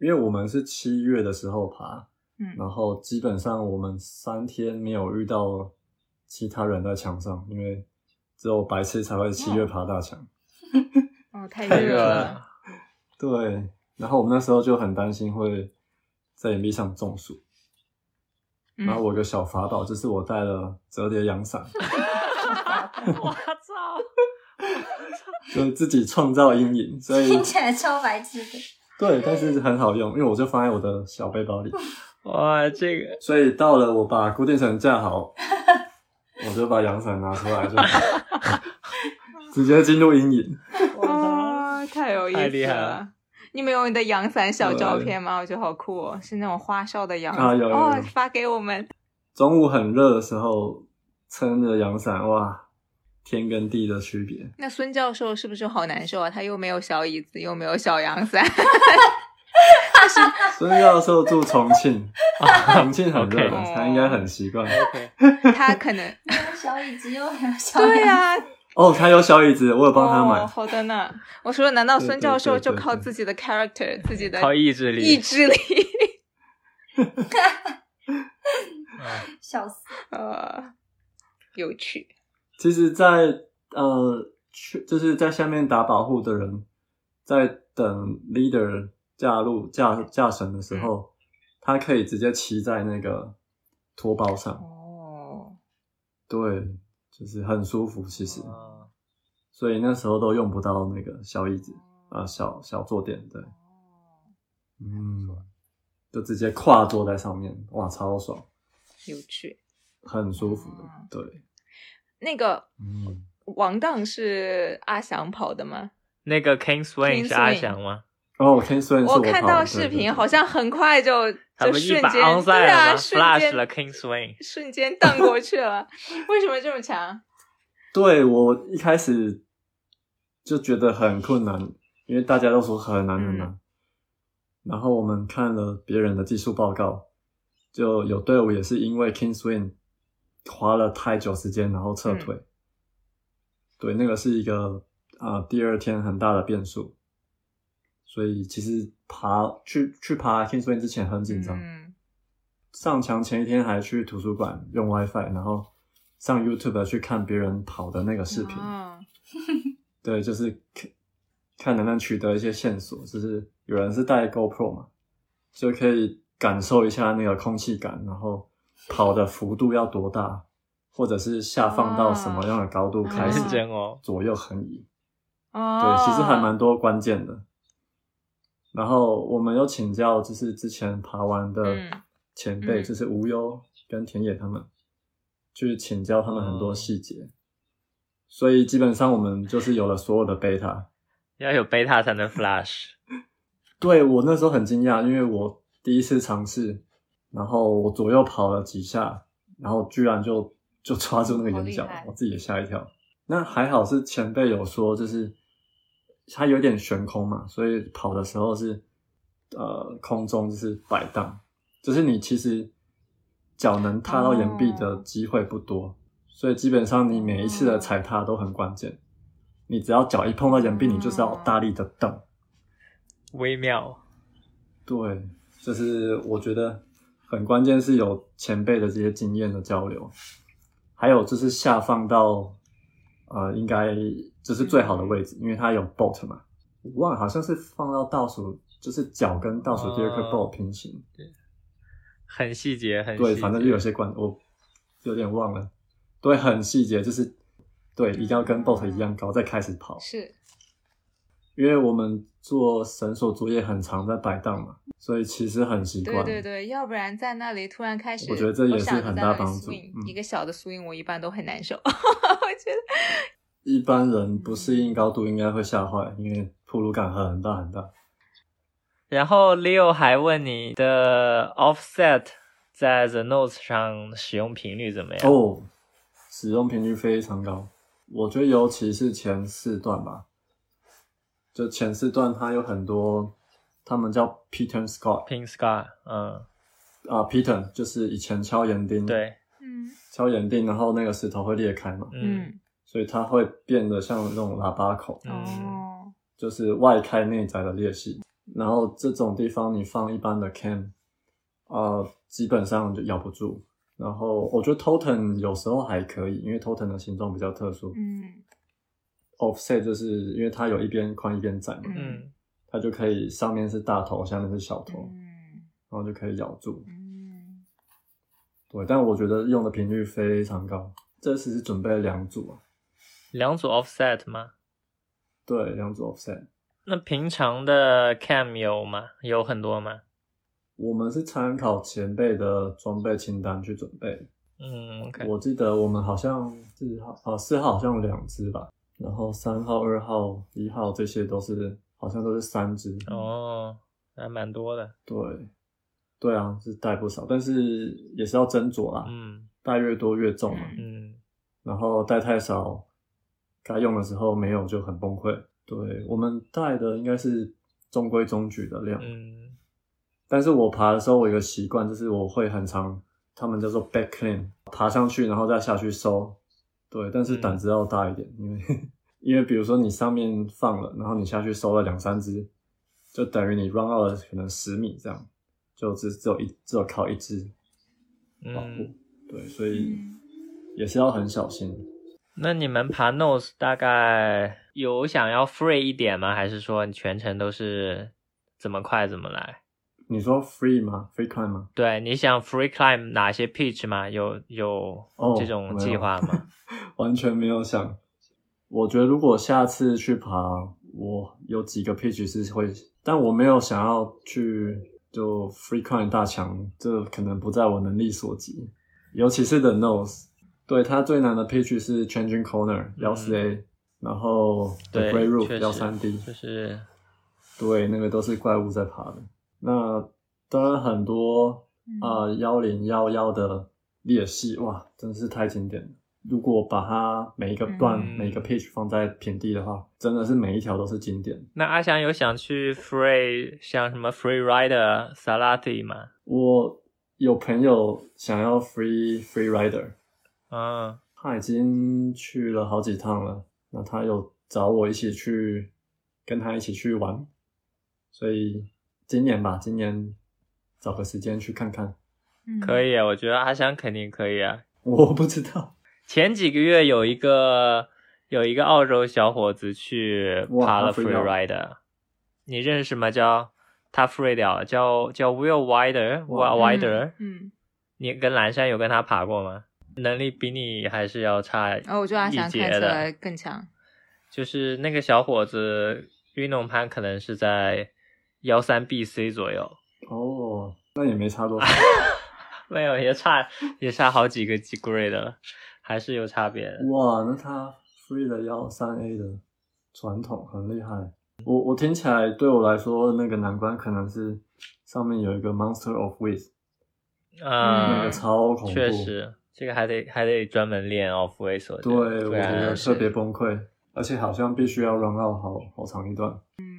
B: 因为我们是七月的时候爬，
A: 嗯
B: 然后基本上我们三天没有遇到其他人在墙上，因为只有白痴才会七月爬大墙。
A: 哦，太
C: 太热
A: 热
C: 了。
B: 对，然后我们那时候就很担心会在岩壁上中暑，然后
A: 嗯，
B: 我有个小法宝就是我带了折叠阳伞，
C: 我操！
B: 就是自己创造阴影，所以
D: 听起来超白痴 的。
B: 对，但是很好用，因为我就放在我的小背包里，
C: 哇，这个
B: 所以到了我把固定绳架好，我就把阳伞拿出来就 直接进入阴影。
A: 啊，太有意
C: 太
A: 思
C: 厉害
A: 了
C: 了。
A: 你们有你的阳伞小
B: 对
A: 照片吗？我觉得好酷哦，是那种花哨的阳
B: 啊
A: 伞。
B: 有有
A: 哦
B: 有，
A: 发给我们。
B: 中午很热的时候，撑着阳伞，哇，天跟地的区别。
A: 那孙教授是不是好难受啊？他又没有小椅子，又没有小阳 伞。
B: 孙教授住重庆，重庆很热
C: OK
B: 他应该很习惯。
C: OK，
A: 他可能
D: 没有小椅子，又没有小椅
A: 对
D: 子，
A: 呀、啊，
B: 哦，他有小椅子，我有帮他买。
A: 哦。好的呢，我说难道
B: 对
A: 孙
B: 对
A: 教
B: 对
A: 授
B: 对
A: 就靠
B: 对
A: 自己的 character，自己的
C: 靠意志
A: 意
C: 力，
A: 志力？
C: 啊
D: 笑死！
A: 呃，有趣。
B: 其实在，呃，去就是在下面打保护的人，在等 leader 架入架架绳的时候，他可以直接骑在那个拖包上，
A: 哦，
B: 对，就是很舒服。其实，
C: 啊
B: 所以那时候都用不到那个小椅子啊、小小坐垫，对，嗯，就直接跨坐在上面，哇，超爽，
A: 有趣。
B: 很舒服的
A: 哦，
B: 对，
A: 那个
B: 嗯，
A: 王荡是阿翔跑的吗？
C: 那个 King Swing
A: King
C: 是阿
A: Swing
C: 翔吗？
B: 然后哦我 King Swing 是
A: 我
B: 跑的
A: 看到
B: 对
A: 视
B: 对对
A: 频，好像很快就
C: 他
A: 就
C: 们一
A: 瞬
C: 把
A: 间
C: on
A: 对
C: side 了
A: 啊，
C: 吗
A: 瞬
C: ？Flash 了
A: 间
C: King Swing，
A: 瞬间荡过去了。 为什么这么强？
B: 对我一开始就觉得很困难，因为大家都说很难很难。然后我们看了别人的技术报告，就有队伍也是因为 King Swing 花了太久时间，然后撤退。对，那个是一个啊、呃第二天很大的变数。所以其实爬去去爬 King Swing 之前很紧张，
A: 嗯
B: 上墙前一天还去图书馆用 WiFi，然后上 YouTube 去看别人跑的那个视频，
A: 啊
B: 对，就是看看能不能取得一些线索，就是有人是带 GoPro 嘛，就可以感受一下那个空气感，然后跑的幅度要多大，或者是下放到什么样的高度开
A: 还是
B: 始
C: 认，真哦。
B: 左右横移，
A: 哦，
B: 对，其实还蛮多关键的。然后我们有请教，就是之前爬完的
A: 嗯
B: 前辈，
A: 嗯
B: 就是无忧跟田野他们，去请教他们很多
C: 哦
B: 细节。所以基本上我们就是有了所有的 beta。
C: 要有贝塔才能 Flash，
B: 对我那时候很惊讶，因为我第一次尝试，然后我左右跑了几下，然后居然就就抓住那个
A: 好
B: 眼
A: 厉
B: 角
A: 害，
B: 我自己也吓一跳。那还好是前辈有说，就是它有点悬空嘛，所以跑的时候是呃空中就是摆荡，就是你其实脚能踏到岩壁
A: 哦
B: 的机会不多，所以基本上你每一次的踩踏都很关键。你只要脚一碰到岩壁，你就是
A: 哦
B: 要大力的蹬。
C: 微妙，
B: 对，就是我觉得很关键是有前辈的这些经验的交流，还有就是下放到呃，应该这是最好的位置，因为它有 boat 嘛，我忘了好像是放到倒数，就是脚跟倒数第二颗 boat
C: 哦
B: 平行。
C: 很细节，很
B: 对，
C: 细
B: 反正就
C: 节
B: 有些关我有点忘了，对，很细节，就是对，一定要跟 bot 一样高再开始跑，
A: 是
B: 因为我们做绳索作业很常在摆荡嘛，所以其实很习
A: 对
B: 惯。
A: 对对，要不然在那里突然开始，
B: 我觉得这也
A: 我想
B: 是
A: 着
B: 很
A: 在
B: 大
A: 那里
B: 帮助
A: swing，
B: 嗯
A: 一个小的 swing 我一般都很难 受，我觉得
B: 一般人不适应高度应该会吓坏，因为铺路感很大很大。
C: 然后 Leo 还问你的 offset 在 The Notes 上使用频率怎么样？
B: 哦，使用频率非常高，我觉得尤其是前四段吧，就前四段它有很多，他们叫 Peter Scott
C: ，Pin Scar，嗯，
B: 啊、p e t e r 就是以前敲岩钉，，
C: 对，
A: 嗯
B: 敲岩钉，然后那个石头会裂开嘛，
C: 嗯
A: 嗯
B: 所以它会变得像那种喇叭口，
C: 嗯
A: 哦
B: 就是外开内窄的裂隙。然后这种地方你放一般的 cam，呃，基本上就咬不住。然后我觉得 totem 有时候还可以，因为 totem 的形状比较特殊。
A: 嗯
B: offset 就是因为它有一边宽一边窄嘛，
C: 嗯，
B: 它就可以上面是大头，下面是小头，
A: 嗯
B: 然后就可以咬住。
A: 嗯
B: 对，但我觉得用的频率非常高。这次是准备了两组啊，
C: 两组 offset 吗？
B: 对，两组 offset。
C: 那平常的 cam 有吗？有很多吗？
B: 我们是参考前辈的装备清单去准备。
C: 嗯，OK，
B: 我记得我们好像四号啊，四号好像有两只吧，然后三号、二号、一号这些都是好像都是三只。
C: 哦，还蛮多的，
B: 对，对啊，是带不少，但是也是要斟酌啦，
C: 嗯
B: 带越多越重嘛，
A: 嗯
C: 嗯，
B: 然后带太少，该用的时候没有就很崩溃。对我们带的应该是中规中矩的量，
C: 嗯
B: 但是我爬的时候，我有一个习惯，就是我会很常，他们叫做 back clean，爬上去然后再下去收。对，但是
C: 嗯
B: 胆子要大一点，因为 因为比如说你上面放了，然后你下去收了两三只，就等于你 run out 了可能十米这样，就只只有一只有靠一只保护。
C: 嗯。
B: 对，所以
A: 嗯
B: 也是要很小心。
C: 那你们爬 nose 大概有想要 free 一点吗？还是说你全程都是怎么快怎么来？
B: 你说 free 吗？free climb 吗？
C: 对，你想 free climb 哪些 pitch 吗？有有
B: 哦
C: 这种计划吗？
B: 完全没有想。我觉得如果下次去爬，我有几个 pitch 是会，但我没有想要去就 free climb 大墙，这可能不在我能力所及。尤其是 the nose，对它最难的 pitch 是 changing corner 幺四 A，然后 the
C: 嗯 对
B: grey，roof
C: 确
B: 幺
C: 实
B: 三 D，
C: 就是
B: 对，那个都是怪物在爬的。那当然很多
A: 嗯
B: 啊幺零幺幺的裂隙，哇，真是太经典了。如果把它每一个段、
C: 嗯
B: 每一个 pitch 放在平地的话，真的是每一条都是经典。
C: 那阿翔有想去 free 像什么 free rider、salati 吗？
B: 我有朋友想要 free free rider，
C: 嗯
B: 他已经去了好几趟了，那他有找我一起去跟他一起去玩，所以今年吧，今年找个时间去看看。
A: 嗯
C: 可以，啊我觉得阿翔肯定可以啊。
B: 我不知道，
C: 前几个月有一个有一个澳洲小伙子去
B: 哇
C: 爬了
B: 他
C: free
B: free 掉了
C: rider，你认识吗？叫他 free 掉了，叫叫 Will Wider，Will
B: 哇
C: Wider，、
A: 嗯，
C: 你跟蓝山有跟他爬过吗？能力比你还是要差一
A: 然后哦我觉得阿翔
C: 截
A: 看起来
C: 的，
A: 更 强，
C: 就是那个小伙子运动攀可能是在幺三 BC 左右，
B: 哦，那也没差多少。
C: 没有也差也差好几个 G grade 了，还是有差别的。
B: 哇，那他 free 的幺三 A 的传统很厉害。我我听起来对我来说那个难关可能是上面有一个 Monster of Wiz，、那
C: 嗯
B: 个，超恐怖，
C: 确，实，这个还得还得专门练 off way 所
B: 对我觉得
C: 然
B: 特别崩溃，而且好像必须要 run out 好好长一段，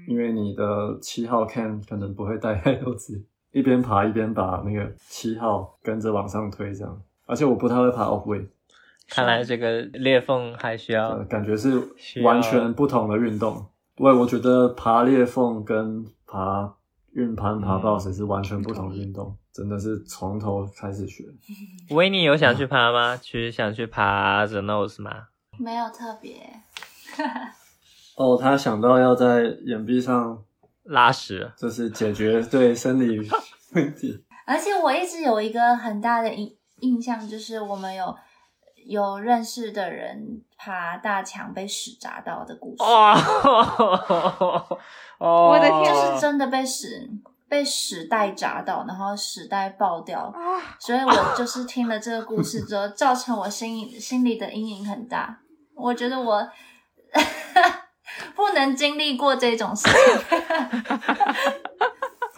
B: 因为你的七号 can 可能不会带太多只，一一边爬一边把那个七号跟着往上推，这样。而且我不太会爬 off way，
C: 看来这个裂缝还需
B: 呃
C: 要，
B: 感觉是
C: 需要
B: 完全不同的运动。对，我觉得爬裂缝跟爬运攀、爬
A: 嗯
B: boss 是完全不同的运动，真的是从头开始学。
C: 维尼有想
B: 啊
C: 去爬吗？去想去爬 The Nose 吗？
D: 没有特别，
B: 哦，他想到要在岩壁上，
C: 拉屎，
B: 就是解决对生理问题。
D: 而且我一直有一个很大的印印象，就是我们有有认识的人爬大墙被屎砸到的故事，
C: 哦，哦，
A: 我的天
D: 就是真的被屎被屎袋砸到，然后屎袋爆掉，
A: 啊，
D: 所以我就是听了这个故事之后，造成我心心里的阴影很大。我觉得我 不能经历过这种事情。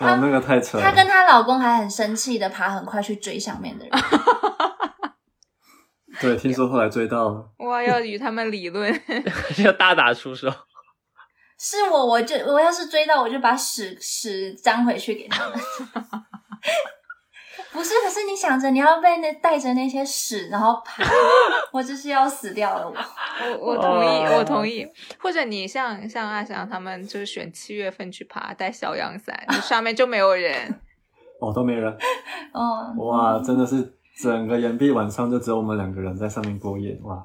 B: 啊，那个太扯了。
D: 她跟她老公还很生气的爬很快去追上面 的人，
B: 对，听说后来追到了。
A: 我要与他们理 论。
C: 就哦大打出手。
D: 是我我就我要是追到，我就把屎屎粘回去给他 们。不是，可是你想着你要被那带着那些屎，然后爬，我就是要死掉了我。
A: 我我同意，
C: 哦
A: 我 同意。或者你像像阿翔他们，就是选七月份去爬，带小阳伞，就上面就没有 人。
B: 哦，都没人，
D: 嗯，
B: 哇，真的是整个岩壁晚上就只有我们两个人在上面过夜，哇，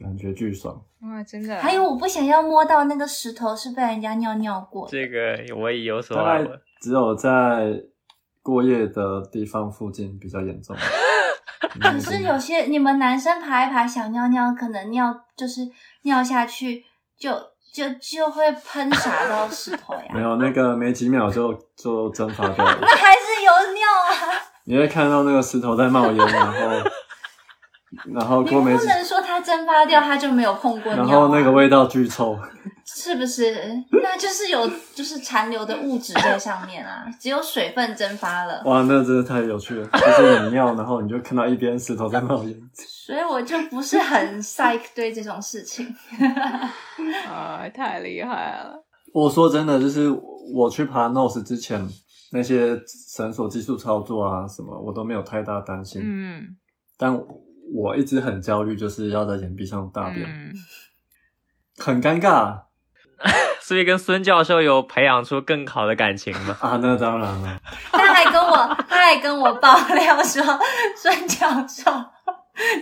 B: 感觉巨爽。
A: 哇，真的。
D: 还有我不想要摸到那个石头是被人家尿尿过的。
C: 这个我已有
D: 啊
C: 所
B: 大
C: 耳
B: 概
C: 闻。
B: 只有在过夜的地方附近比较严 重。嗯
D: 可是有些你们男生爬一爬想尿尿，可能尿就是尿下去就就就会喷洒到石头呀
B: 没，有那个没几秒就就蒸发掉 了，
D: 那还是有尿啊！
B: 你会看到那个石头在冒烟，然 后然后
D: 你
B: 过没
D: 不
B: 几，
D: 能说它蒸发掉，它就没有碰过
B: 然
D: 尿、啊，
B: 后那个味道巨臭，
D: 是不是？那就是有就是残留的物质在上面啊，只有水分蒸发了，
B: 哇，那真的太有趣了，就是你尿，然后你就看到一边石头在冒烟，
D: 所以我就不是很 psych 对这种事情。
A: 啊，太厉害了！
B: 我说真的，就是我去爬 Nose 之前，那些绳索技术操作啊什么，我都没有太大担心。
A: 嗯，
B: 但我一直很焦虑，就是要在岩壁上大便，
A: 嗯
B: 很尴尬
C: 所以跟孙教授有培养出更好的感情吗？
B: 啊。那当然了，
D: 他还跟我，他还跟我爆料说，孙教授，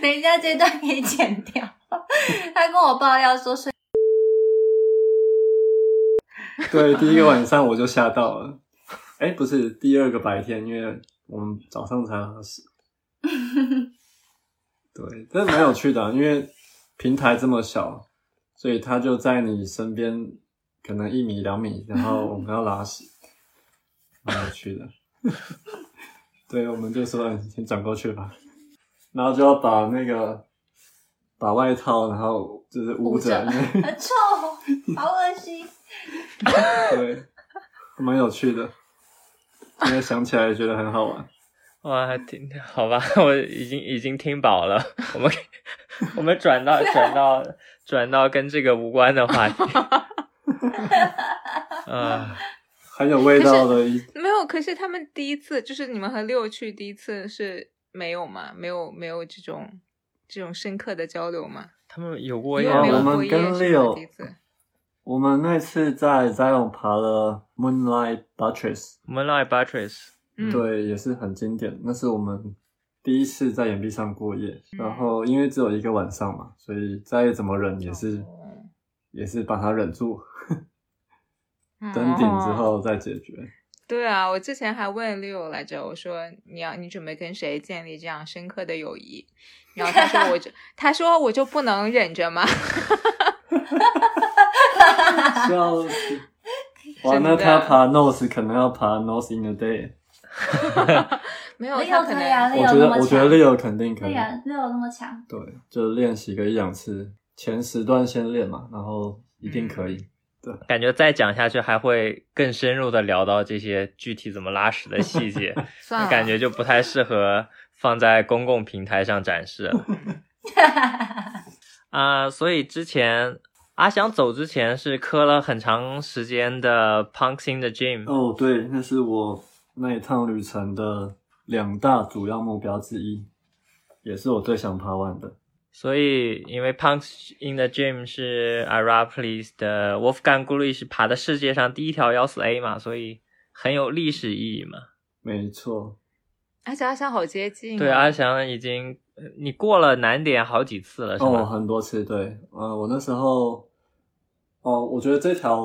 D: 等一下这段可以剪掉。他跟我爆料说，孙
B: 对，第一个晚上我就吓到了。哎，不是第二个白天，因为我们早上才喝 屎。对，但蛮有趣的啊、因为平台这么小，所以它就在你身边，可能一米两米，然后我们要拉 屎，蛮有趣的。对，我们就说哎先转过去吧，然后就要把那个把外套，然后就是捂着，因为
D: 很臭，好恶心。
B: 对，蛮有趣的。现在想起来也觉得很好玩。
C: 哇，挺 好吧，我已经已经听饱了。我们我们转到转到转到跟这个无关的话题。 啊，
B: 很有味道的一，
A: 没有。可是他们第一次，就是你们和六去第一次是没有嘛？没有，没有这种这种深刻的交流嘛？
C: 他们有过
A: 因
C: 夜
A: 为没有
B: 我
C: 吗？
B: 们
A: 过夜
B: 跟
A: 是吗
B: Leo
A: 第一次。
B: 我们那次在 Zion 爬了 Moonlight Buttress，、
C: Moonlight Buttress，
A: 嗯，
B: 对，也是很经典。那是我们第一次在岩壁上过夜，
A: 嗯
B: 然后因为只有一个晚上嘛，所以再怎么忍也是、
A: 哦
B: 也是把它忍住，
A: 嗯
B: 登顶之后再解决。
A: 对啊，我之前还问六来着，我说你要你准备跟谁建立这样深刻的友谊？然后他说我就他说我就不能忍着吗？
B: 笑死！哇，
A: 真的
B: 那他爬 Nose 可能要爬 Nose in a day，
A: 没有，
D: Leo
A: 他可
D: 可以啊
A: 能
B: 我
D: ，Leo
B: 觉
D: 那
B: 得
D: 么
B: 我觉得
D: 强
B: Leo 肯定可
D: 对
B: 以。
D: 呀、没有那么强。
B: 对，就练习个一两次，前时段先练嘛，然后一定可以。
C: 感觉再讲下去还会更深入的聊到这些具体怎么拉屎的细节，
A: 算了，
C: 感觉就不太适合放在公共平台上展示了。啊、所以之前阿翔走之前是磕了很长时间的 Punking 的 Gym，、
B: 嗯哦，对，那是我那一趟旅程的两大主要目标之一，也是我最想爬完的。
C: 所以，因为 Punks in the Gym 是 Ara Police 的 Wolfgang g u l i s h 爬的世界上第一条幺四 A 嘛，所以很有历史意义嘛。
B: 没错，
A: 而且阿翔好接近、啊
C: 对，阿，翔已经呃你过了难点好几次了，是
B: 哦，
C: 吧？
B: 很多次，对，呃，我那时候，哦，我觉得这条，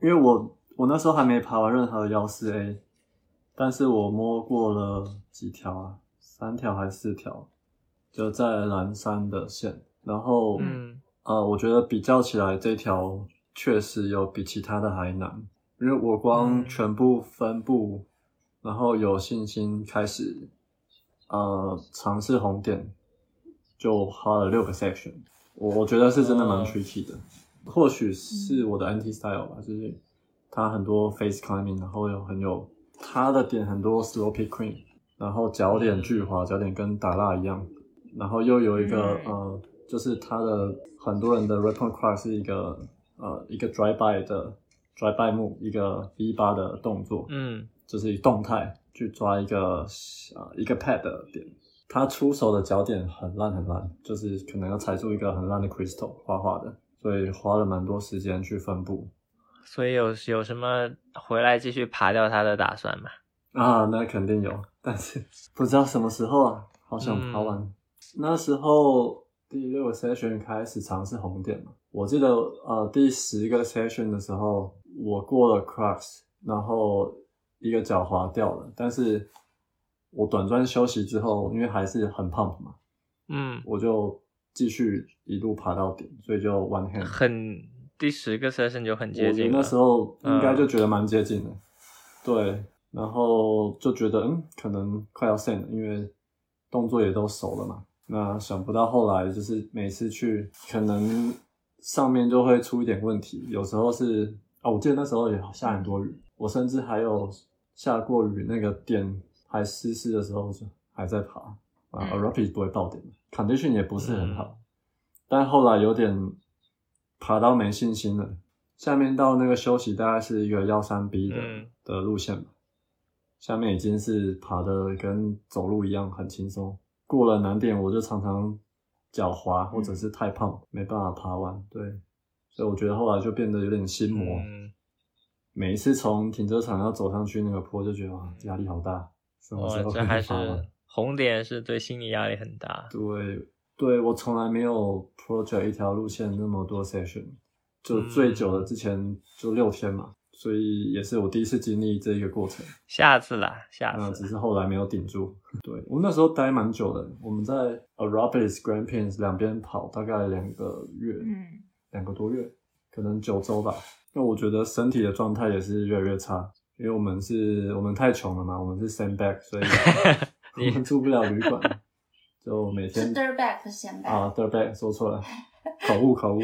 B: 因为我我那时候还没爬完任何幺四 A，但是我摸过了几条啊，三条还是四条，就在蓝山的线，然后，
C: 嗯，
B: 呃，我觉得比较起来，这条确实有比其他的还难，因为我光
C: 嗯
B: 全部分布，然后有信心开始，呃，尝试红点，就花了六个 section，我我觉得是真的蛮
C: 哦嗯
B: tricky 的，或许是我的 anti style 吧，就是它很多 face climbing，然后有很有它的点很多 slow pick queen，然后脚点巨滑，脚点跟打蜡一样，然后又有一个、
A: 嗯
B: 呃，就是它的很多人的 r e p o n cross 是一个呃一个 dry by 的 dry by move，一个 V 八的动作，
C: 嗯，
B: 就是以动态去抓一个呃一个 pad 的点。他出手的脚点很烂很烂，就是可能要踩住一个很烂的 crystal 画画的，所以花了蛮多时间去分布
C: 所以有有什么回来继续爬掉它的打算吗？
B: 啊，那肯定有， 但是不知道什么时候啊，好想爬完。那时候第六个 session 开始尝试红点嘛，我记得呃第十个 session 的时候，我过了 cross，然后一个脚滑掉了，但是我短暂休息之后，因为还是很 pump 嘛，
C: 嗯，
B: 我就继续一路爬到顶，所以就 one hand。
C: 很第十个 session 就很
B: 嗯
C: 接
B: 我觉得
C: 近嗯
B: 那
C: 了。
B: 时候应该就觉得蛮接近的，对，然后就觉得嗯，可能快要 send 了，因为动作也都熟了嘛。那想不到后来就是每次去，可能上面就会出一点问题，有时候是啊、我记得那时候也下很多雨，我甚至还有下过雨，那个点还湿湿的时候就还在爬啊、
A: 嗯
B: r a p i d 不会爆点，condition 也不是很好，
C: 嗯
B: 但后来有点爬到没信心了。下面到那个休息大概是一个幺三 B 的、
C: 嗯
B: 的路线吧，下面已经是爬的跟走路一样很轻松。过了难点，我就常常脚滑或者是太胖，没办法爬完。对，所以我觉得后来就变得有点心魔。
C: 嗯，
B: 每一次从停车场要走上去那个坡，就觉得哇压力好大，什么
C: 哇
B: 时候，可
C: 哦这
B: 以
C: 还
B: 爬完
C: 是？红点是对心理压力很大。
B: 对，对我从来没有 project 一条路线那么多 session，就
C: 嗯
B: 最久的之前就六天嘛，所以也是我第一次经历这一个过程。
C: 下次啦，下
B: 嗯，
C: 次
B: 只
C: 啦。
B: 是后来没有顶住。对我们那时候待蛮久的，我们在 Arabis Grand Pins 两边跑，大概两个月，
A: 嗯，
B: 两个多月，可能九周吧。那我觉得身体的状态也是越来越差，因为我们是我们太穷了嘛，我们是 send back，所以
C: 你
B: 我们住不了旅馆，就每天
D: 是 dirt back 先吧？
B: 啊 d i r t bag 说错了，口误口误，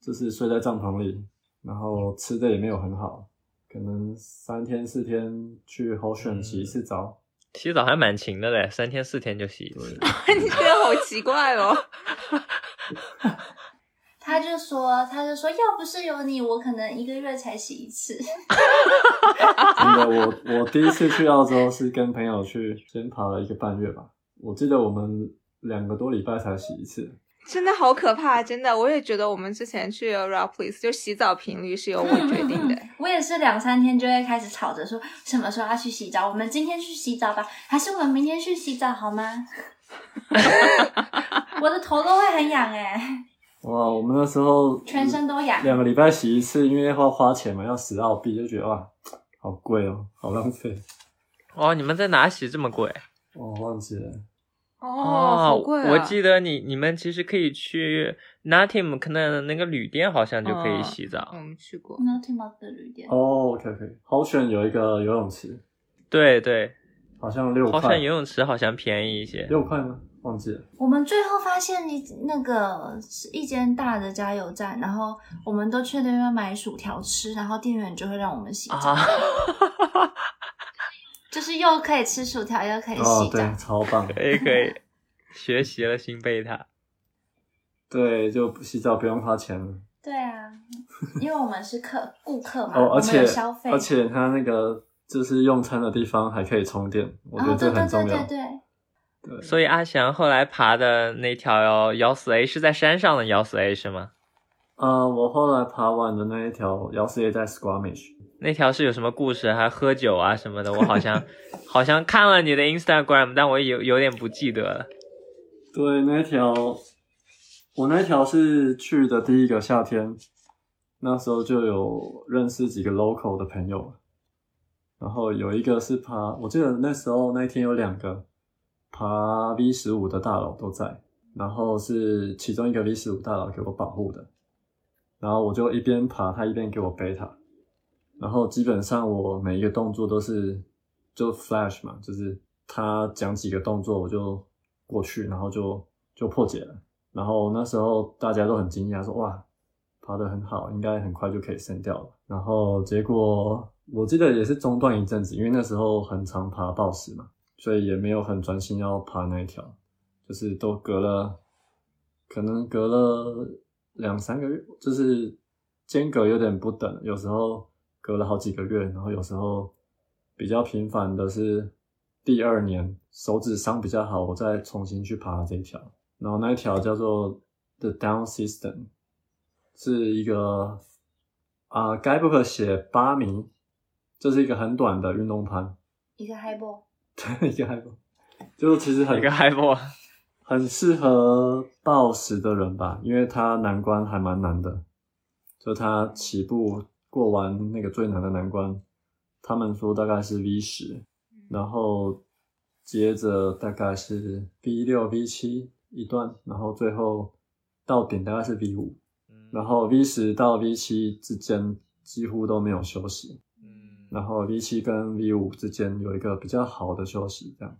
B: 就是睡在帐篷里，然后吃的也没有很好，可能三天四天去 h o s h e n 洗一次澡。
C: 洗澡还蛮勤的嘞，三天四天就洗一 次。
A: 你这个好奇怪哦。
D: 他就说，他就说，要不是有你，我可能一个月才洗一次。
B: 真的，我我第一次去澳洲是跟朋友去，先爬了一个半月吧。我记得我们两个多礼拜才洗一次，
A: 真的好可怕，真的，我也觉得我们之前去 Raw Place 就洗澡频率是由我决定的
D: 嗯嗯。嗯我也是两三天就会开始吵着说，什么时候要去洗澡？我们今天去洗澡吧，还是我们明天去洗澡好吗？ 我的头都会很痒哎、
B: 哇，我们那时候
D: 全身都痒。
B: 两个礼拜洗一次，因为要花钱嘛，要十澳币，就觉得哇，好贵哦，好浪费。
C: 哦，你们在哪洗这么贵？
B: 我、忘记了，
A: 哦好贵啊！
C: 哦我记得你你们其实可以去 Natim 可能那个旅店，好像就可
A: 哦
C: 以洗澡。
A: 啊我们去过，
D: 那 t i m o 的旅店，
B: 哦、o k OK，好选有一个游泳池，
C: 对对，
B: 好像六
C: 好
B: 块
C: 像，游泳池好像便宜一些。
B: 六块吗？忘记了。
D: 我们最后发现一那个是一间大的加油站，然后我们都去那边买薯条吃，然后店员就会让我们洗澡，
C: 啊，
D: 就是又可以吃薯条又可以
B: 哦
D: 洗，澡。
B: 对，超棒。
C: 可以可以，学习了新贝塔。
B: 对，就不洗澡不用花钱了。
D: 对啊，因为我们是客顾客嘛，
B: 哦，而
D: 我们
B: 且
D: 有消费，
B: 而且他那个就是用餐的地方还可以充电，我觉得这很重要。
D: 哦对对对对
B: 对
C: 所以阿翔后来爬的那条幺四 A 是在山上的幺四 A 是吗？
B: 呃，我后来爬完的那一条幺四 A 在 Squamish，
C: 那条是有什么故事，还喝酒啊什么的？我好像好像看了你的 Instagram，但我有有点不记得了。
B: 对，那一条我那一条是去的第一个夏天，那时候就有认识几个 local 的朋友，然后有一个是爬，我记得那时候那一天有两个爬 V 十五的大佬都在，然后是其中一个 V 十五大佬给我保护的，然后我就一边爬，他一边给我贝塔，然后基本上我每一个动作都是就 flash 嘛，就是他讲几个动作我就过去，然后就就破解了。然后那时候大家都很惊讶，说哇，爬得很好，应该很快就可以升掉了。然后结果我记得也是中断一阵子，因为那时候很常爬暴食嘛，所以也没有很专心要爬那一条，就是都隔了，可能隔了两三个月，就是间隔有点不等，有时候隔了好几个月，然后有时候比较频繁的是第二年手指伤比较好，我再重新去爬这一条。然后那一条叫做 The Down System，是一个啊、呃、，Guidebook 写八米，这、就是一个很短的运动盘，
D: 一个 high ball，
B: 对，一个 high ball，就是其实很
C: 一个 h i
B: 很适合暴食的人吧，因为它难关还蛮难的，就它起步过完那个最难的难关，他们说大概是 V 十，然后接着大概是 V 六 V 七一段，然后最后到顶大概是 V 五，然后 V 十到 V 七之间几乎都没有休息，
C: 嗯
B: 然后 V 七跟 V 五之间有一个比较好的休息，这样，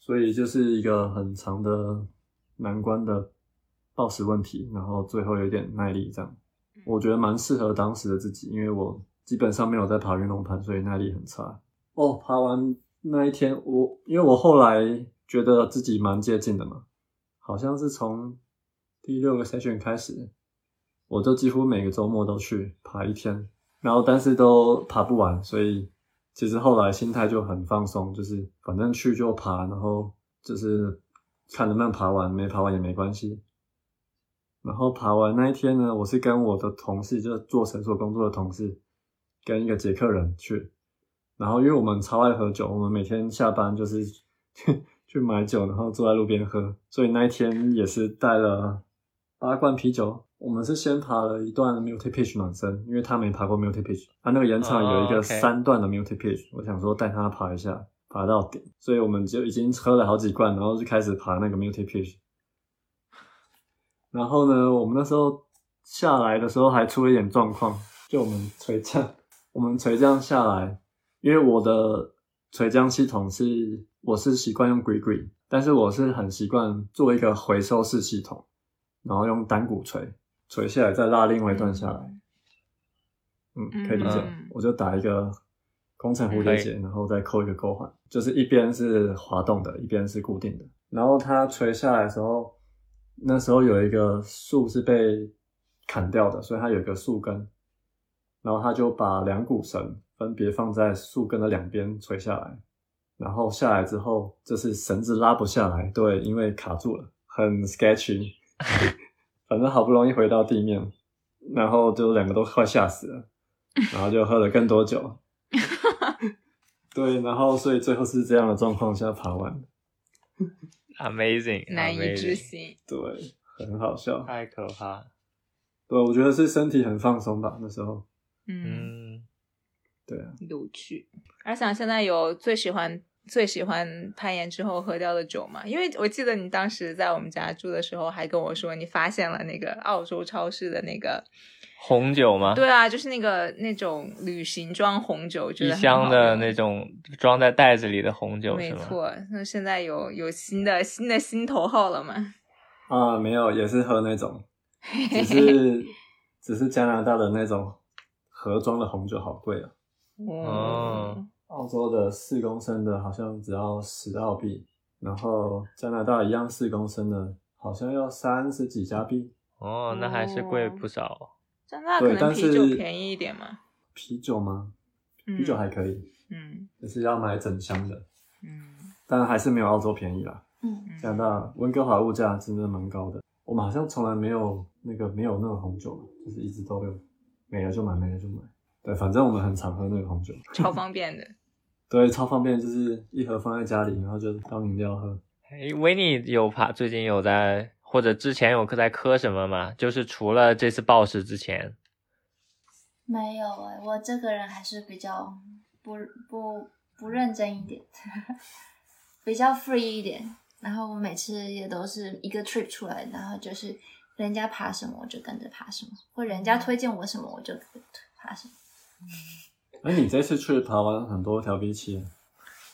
B: 所以就是一个很长的难关的 BOSS 问题，然后最后有点耐力这样，我觉得蛮适合当时的自己，因为我基本上没有在爬运动盘，所以耐力很差。哦，爬完那一天，我因为我后来觉得自己蛮接近的嘛，好像是从第六个 session 开始，我就几乎每个周末都去爬一天，然后但是都爬不完，所以其实后来心态就很放松，就是反正去就爬，然后就是看能不能爬完，没爬完也没关系。然后爬完那一天呢，我是跟我的同事，就是做诊所工作的同事，跟一个捷克人去。然后因为我们超爱喝酒，我们每天下班就是 去买酒，然后坐在路边喝，所以那一天也是带了八罐啤酒。我们是先爬了一段 multi pitch 暖身，因为他没爬过 multi pitch，他那个岩场有一
C: 哦
B: 个
C: ，OK
B: 三段的 multi pitch，、我想说带他爬一下，爬到顶，所以我们就已经喝了好几罐，然后就开始爬那个 multi pitch。然后呢，我们那时候下来的时候还出了一点状况，就我们垂降， 我们垂降下来，因为我的垂降系统是我是习惯用 g r i g r i 但是我是很习惯做一个回收式系统，然后用单骨锤锤下来，再拉另外一段下来，嗯，可以理解。
A: 嗯
B: 我就打一个工程蝴蝶结，然后再扣一个钩环，就是一边是滑动的，一边是固定的。然后它垂下来的时候，那时候有一个树是被砍掉的，所以它有一个树根，然后他就把两股绳分别放在树根的两边垂下来，然后下来之后，就是绳子拉不下来，对，因为卡住了，很 sketchy。反正好不容易回到地面，然后就两个都快吓死了，然后就喝了更 多酒。对，然后所以最后是这样的状况下爬完的，
C: ，Amazing，
A: 难以置
C: amazing
A: 信。
B: 对，很好笑。
C: 太可怕了。
B: 对，我觉得是身体很放松吧，那时候。
A: 嗯，
C: 嗯，
B: 对啊，
A: 有趣。阿想现在有最喜欢最喜欢攀岩之后喝掉的酒吗？因为我记得你当时在我们家住的时候，还跟我说你发现了那个澳洲超市的那个，
C: 红酒吗？
A: 对啊，就是那个那种旅行装红酒，觉
C: 一
A: 得很
C: 箱
A: 好
C: 的
A: 用
C: 那种装在袋子里的红酒
A: 没
C: 是吗？
A: 错，那现在有有新的新的心头号了吗？
B: 啊，没有，也是喝那种，只 是只是加拿大的那种盒装的红酒好贵啊，
C: 哦
A: 哦，
B: 澳洲的四公升的好像只要十澳币，然后加拿大一样四公升的，好像要三十几加币。
C: 哦，那还是贵不少。
A: 加拿大
B: 对
A: 可能
B: 但
A: 啤
B: 是
A: 酒便宜一点嘛。
B: 啤酒吗？啤酒还可以，
A: 嗯
B: 就是要买整箱的，
A: 嗯
B: 但还是没有澳洲便宜啦。
D: 嗯，
A: 嗯
B: 加拿大温哥华物价真的蛮高的，我们好像从来没有那个没有那种红酒嘛，就是一直都有，没了就买，没了就买。对，反正我们很常喝那个红酒，
A: 超方便的。
B: 对，超方便，就是一盒放在家里，然后就当饮料喝。
C: 哎，维尼有爬，最近有在或者之前有在磕什么吗？就是除了这次暴食之前，
D: 没有哎、我这个人还是比较不不不认真一点， 比较 free 一点。然后我每次也都是一个 trip 出来，然后就是人家爬什么我就跟着爬什么，或人
C: 嗯
D: 家推荐我什么我就爬什么，
B: 哎，你这次去爬完很多条 V 七，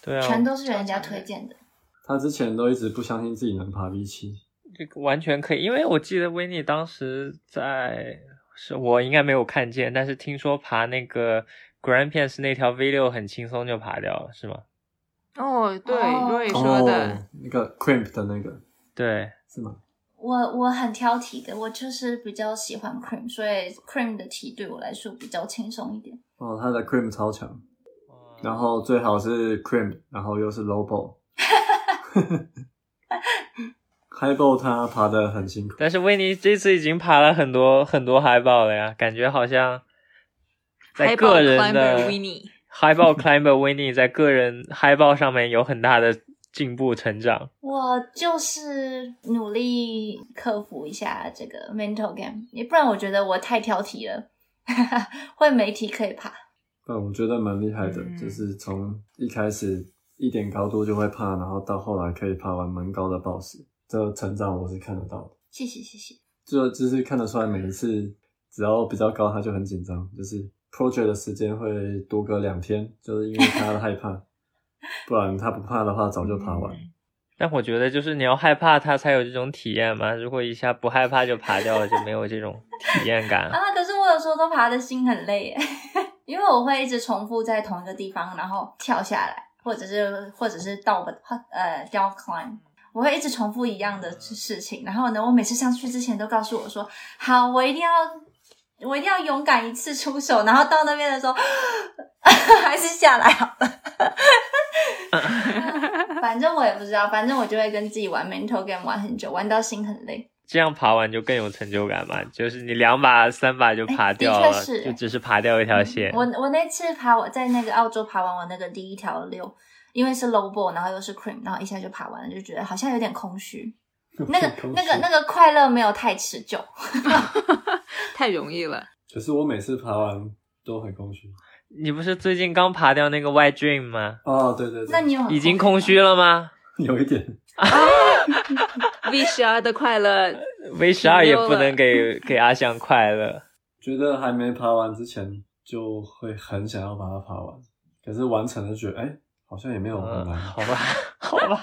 C: 对啊，
D: 全都是人家推荐的。
B: 他之前都一直不相信自己能爬 V 七，
C: 这个完全可以，因为我记得维尼当时在，是我应该没有看见，但是听说爬那个 Grampians 那条 V 六很轻松就爬掉了，是吗？
A: 哦，对，
D: 哦
A: 若雨说的，
B: 哦，那个 crimp 的那个
C: 对，
B: 是吗？
D: 我我很挑剔的，我就是比较喜欢 cream，所以 cream 的题对我来说比较轻松一点。
B: 哦，他的 crimp 超强，然后最好是 crimp，然后又是 low ball。high ball 他爬的很辛苦，
C: 但是维尼这次已经爬了很多很多海报了呀，感觉好像在
A: High
C: 个
A: ball
C: 人的
A: climber Winnie
C: High ball climber Winnie 在个人 High ball 上面有很大的进步成长。
D: 我就是努力克服一下这个 mental game，也不然我觉得我太挑剔了， 会没题可以爬。
B: 但我觉得蛮厉害的，
A: 嗯
B: 就是从一开始一点高度就会怕，然后到后来可以爬完蛮高的 boss，这成长我是看得到的，
D: 谢谢谢谢，
B: 就就是看得出来每一次只要比较高他就很紧张，就是 project 的时间会多个两天，就是因为他害 怕，不然他不怕的话早就爬
D: 嗯
B: 完。
A: 嗯
C: 但我觉得就是你要害怕它才有这种体验嘛，如果一下不害怕就爬掉了，就没有这种体验感。
D: 啊，可是我有时候都爬的心很累耶， 因为我会一直重复在同一个地方，然后跳下来，或者是或者是倒呃 down climb。我会一直重复一样的事情，然后呢，我每次上去之前都告诉我说，好，我一定要，我一定要勇敢一次出手，然后到那边的时候， 还是下来好了。反正我也不知道，反正我就会跟自己玩 mental game 玩很久，玩到心很累。
C: 这样爬完就更有成就感嘛，就是你两把三把就爬掉
D: 哎
C: 了
D: 的确，是嗯
C: 就只是爬掉一条线。
D: 我我那次爬我在那个澳洲爬完我那个第一条六，因为是 low ball，然后又是 cream，然后一下就爬完了，就觉得好像有点空虚。那个那个那个快乐没有太持久，
A: 太容易了。
B: 可是我每次爬完都很空虚。
C: 你不是最近刚爬掉那个 White Dream 吗？
B: 哦，对对对，
D: 那你有很
C: 已经空虚了吗
B: 有一点
A: V 十二的快 乐，
C: ？V 十二也不
A: 没有
C: 能
A: 了
C: 给给阿翔快乐。
B: 觉得还没爬完之前就会很想要把它爬完，可是完成了觉得哎、好像 也没有很
C: 嗯，
B: 难，
C: 好吧，好吧，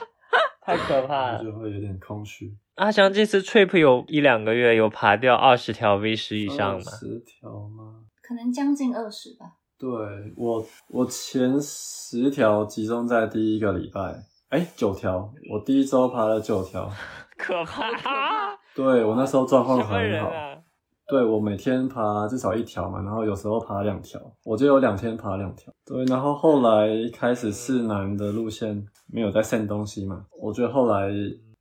C: 太可怕了。
B: 就会有点空虚。
C: 阿翔这次 trip 有一两个月有爬掉二十条 V 十以上吗？
B: 十条吗？
D: 可能将近二十吧。
B: 对我，我前十条集中在第一个礼拜，哎，九条，我第一周爬了九条。
C: 可 怕！
B: 对我那时候状况
C: 什么
B: 很
C: 人
B: 好，
C: 啊？
B: 对我每天爬至少一条嘛，然后有时候爬两条，我就有两天爬两条。对，然后后来开始市南的路线没有在散东西嘛，我觉得后来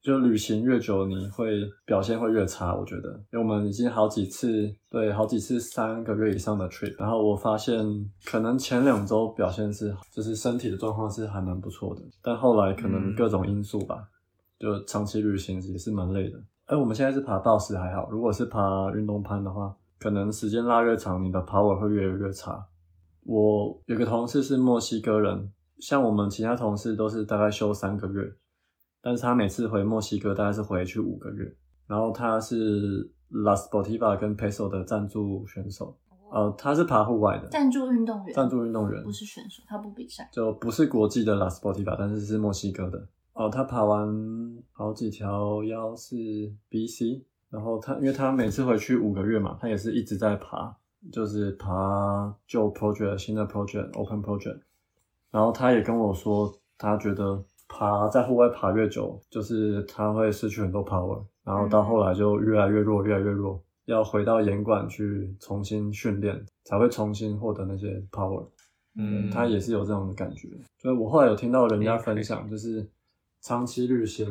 B: 就旅行越久，你会表现会越差，我觉得，因为我们已经好几次对好几次三个月以上的 trip，然后我发现可能前两周表现是就是身体的状况是还蛮不错的，但后来可能
C: 嗯
B: 各种因素吧，就长期旅行也是蛮累的。哎，我们现在是爬暴食还好，如果是爬运动攀的话，可能时间拉越长，你的爬稳会越来越差。我有个同事是墨西哥人，像我们其他同事都是大概休三个月，但是他每次回墨西哥大概是回去五个月。然后他是 La Sportiva 跟 Peso 的赞助选手，呃，他是爬户外的
D: 赞助运动员，
B: 赞助运动员，
D: 不是选手，他不比赛。
B: 就不是国际的 La Sportiva，但是是墨西哥的。哦，他爬完好几条腰是 BC，然后他因为他每次回去五个月嘛，他也是一直在爬，就是爬旧 project、新的 project、open project。然后他也跟我说，他觉得爬在户外爬越久，就是他会失去很多 power，然后到后来就越来越弱，越来越弱，要回到岩馆去重新训练，才会重新获得那些 power。
C: 嗯，
B: 他也是有这种的感觉。所以我后来有听到人家分享，就是长期旅行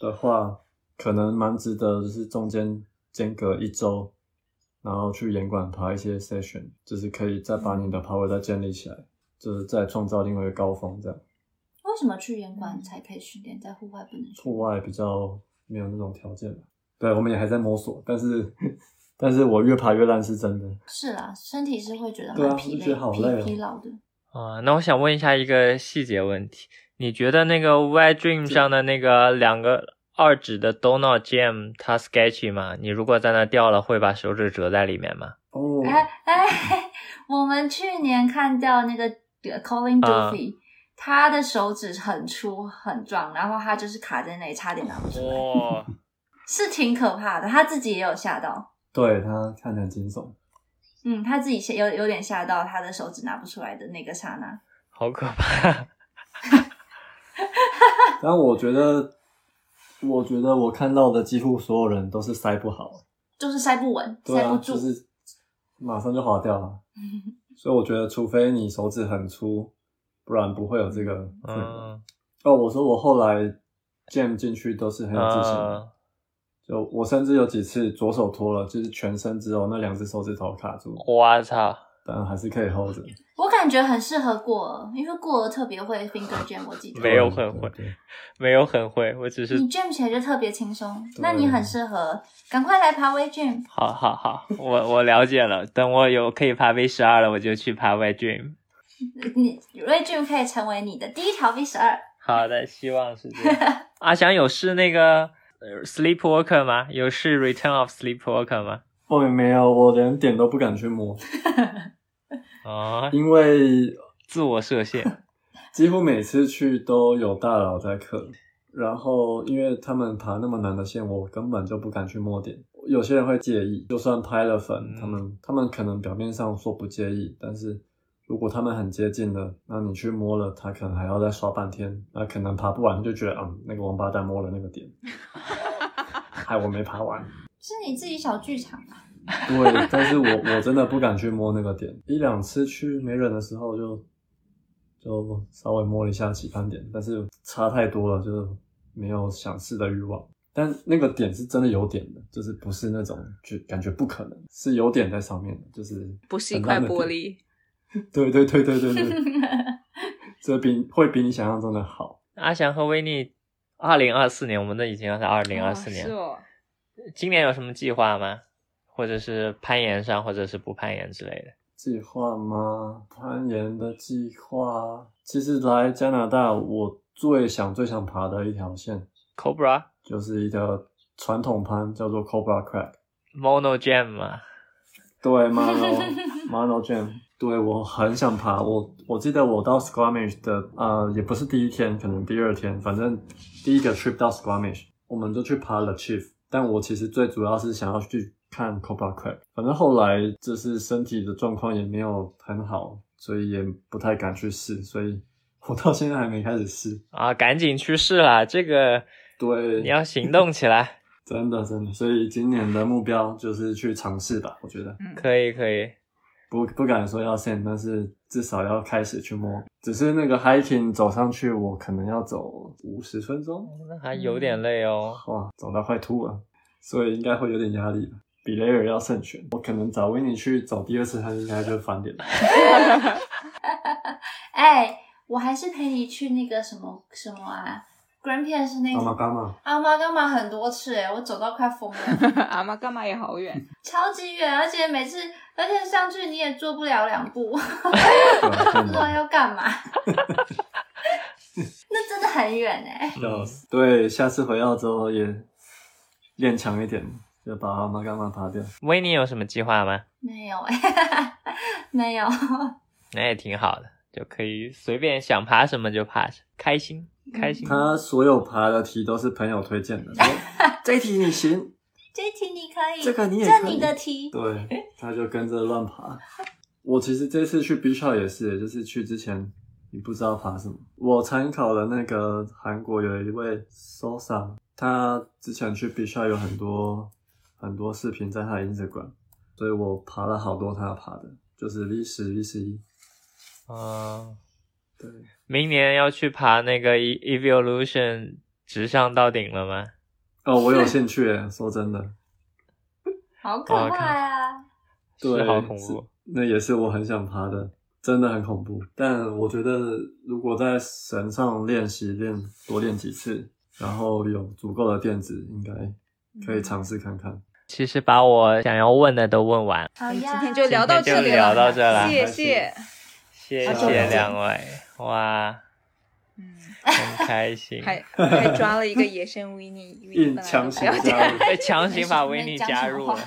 B: 的话，可能蛮值得，就是中间间隔一周，然后去严管爬一些 session，就是可以再把你的爬位再建立起来，就是再创造另外一个高峰。这样
D: 为什么去严
B: 嗯
D: 管才可以训练，在户外不能训
B: 户外比较没有那种条件吧。对，我们也还在摸索，但是 但是我越爬越烂是真的。
D: 是啦，身体是会觉得
B: 对啊
D: 蛮疲
B: 会觉
D: 累、
B: 得好累哦
D: 疲疲劳的。
C: 啊、那我想问一下一个细节问题，你觉得那个 Y Dream 上的那个两个二指的 Donut Jam 它 sketchy 吗？你如果在那掉了，会把手指折在里面吗？
B: 哦，
D: 哎哎，我们去年看掉那个呃 Colin
C: 啊
D: Duffy，、他的手指很粗很壮，然后他就是卡在那里，差点拿不出
B: 哦
D: 来，
C: 哇、
D: 是挺可怕的。他自己也有吓到，
B: 对他看起来很惊悚。
D: 嗯，他自己吓有有点吓到，他的手指拿不出来的那个刹那。
C: 好可 怕！
B: 但我觉得，我觉得我看到的几乎所有人都是塞不好，
D: 就是塞不稳，
B: 对
D: 塞不
B: 啊，
D: 住，
B: 就是马上就滑掉 了。所以我觉得，除非你手指很粗，不然不会有这个困扰。
C: 嗯，
B: 哦，我说我后来 jam 进去都是很有自信的，
C: 啊
B: 就我甚至有几次左手脱了，就是全身只有那两只手指头卡住，
C: 我操！
B: 但还是可以 hold 着。
D: 我感觉很适合过儿，因为过儿特别会 finger jam，我记得
C: 没有
B: 对
C: 很会
B: 对对
C: 没有很会，我只是
D: 你 jam 起来就特别轻松，
B: 对
D: 那你很适合，赶快来爬微 jam。
C: 好好好，我我了解了。等我有可以爬 V 十二了，我就去爬 Y Dream。
D: 你微 jam 可以成为你的第一条 V 十二。
C: 好的，希望是这 样。阿翔有试那个呃 Sleepwalker 吗？有试 Return of Sleepwalker 吗？
B: 哦，没有，我连点都不敢去摸，
C: 哦，
B: 因为
C: 自我设 限。
B: 几乎每次去都有大佬在刻，然后因为他们爬那么难的线，我根本就不敢去摸点。有些人会介意，就算拍了粉，
C: 嗯
B: 他们他们可能表面上说不介意，但是如果他们很接近了，那你去摸了，他可能还要再刷半天，那可能爬不完就觉得，嗯，那个王八蛋摸了那个点，害我没爬完。
D: 是你自己小剧场啊吧？
B: 对，但是我我真的不敢去摸那个点，一两次去没人的时候就就稍微摸了一下起攀点，但是差太多了，就是没有想试的欲望。但那个点是真的有点的，就是不是那种就感觉不可能，是有点在上面的，就是
A: 不是一
B: 很
A: 块
B: 烂的
A: 玻
B: 点。
A: 璃。
B: 对对对对 对对，这比会比你想象中的好。
C: 阿翔和维尼，二零二四年，我们都已经要在二零二四年
A: 哦是
C: 了，
A: 哦，
C: 今年有什么计划吗？或者是攀岩上，或者是不攀岩之类的。
B: 计划吗？攀岩的计划，其实来加拿大，我最想最想爬的一条线
C: Cobra
B: 就是一条传统攀，叫做 Cobra Crack。
C: Mono Jam 嘛，
B: 对，Mono Mono Jam。对我很想爬，我我记得我到 Squamish 的呃，也不是第一天，可能第二天，反正第一个 trip 到 Squamish，我们就去爬了 Chief。但我其实最主要是想要去看 Cobra Crack，反正后来就是身体的状况也没有很好，所以也不太敢去试，所以我到现在还没开始试。
C: 啊，赶紧去试啦！这个
B: 对，
C: 你要行动起来。
B: 真的真的，所以今年的目标就是去尝试吧，我觉得
A: 嗯，
C: 可以可以，
B: 不不敢说要 s 但是至少要开始去摸。只是那个 hiking 走上去，我可能要走五十分钟，
C: 那还
D: 嗯
C: 有点累哦。
B: 哇，走到快吐了，所以应该会有点压力吧。比雷尔要胜券，我可能找维尼去走第二次，他应该就翻脸了。
D: 哎、我还是陪你去那个什么什么啊，Grandpa 是那
B: 干嘛
D: 个
B: 干嘛？
D: 阿妈干嘛很多次哎、我走到快疯 了，
A: 阿妈干嘛也好远，
D: 超级远，而且每次而且上去你也做不了两步，
B: 对啊
D: 不
B: 干
D: 知道
B: 嘛
D: 要干嘛。那真的很远哎、
B: 笑死对，下次回澳洲也练强一点，就把阿妈干嘛爬掉。
C: 维尼有什么计划吗？
D: 没有哎、 没有，
C: 那也挺好的，就可以随便想爬什么就爬什么，开心
D: 嗯
C: 开心。
B: 他所有爬的题都是朋友推荐的，说这一题你行，
D: 这一题你可以，
B: 这个你也
D: 这
B: 可以
D: 你的题，
B: 对，他就跟着乱爬。我其实这次去 B 校也是，就是去之前你不知道爬什么。我参考了那个韩国有一位 Sosa，他之前去 B 校有很多很多视频在他的 Instagram，所以我爬了好多他爬的，就是 V 十、V 十一，
C: 啊，
B: 对，
C: 明年要去爬那个 E- Evolution 直上到顶了吗？
B: 哦，我有兴趣耶，说真的，
D: 好可啊怕呀、
B: 对，
C: 是好恐怖。
B: 那也是我很想爬的，真的很恐怖。但我觉得如果在绳上练习练多练几次，然后有足够的垫子，应该可以尝试看看。
C: 其实把我想要问的都问完，
D: 好
A: 我嗯们今
D: 呀，
A: 天就聊到
C: 今
A: 这
C: 天就
A: 里
C: 聊到这了
A: 谢
B: 还是
A: 谢。
C: 谢
B: 好久不
C: 谢
B: 见
C: 两位，哇，
A: 嗯，
C: 很开 心。
A: 还还抓了一个野生维尼，维尼
B: 硬
A: 本来
B: 强
A: 都不
B: 行
A: 要
B: 加入，
C: 被强行把维尼
D: 讲
C: 加
D: 什么
C: 入
D: 话
C: 了，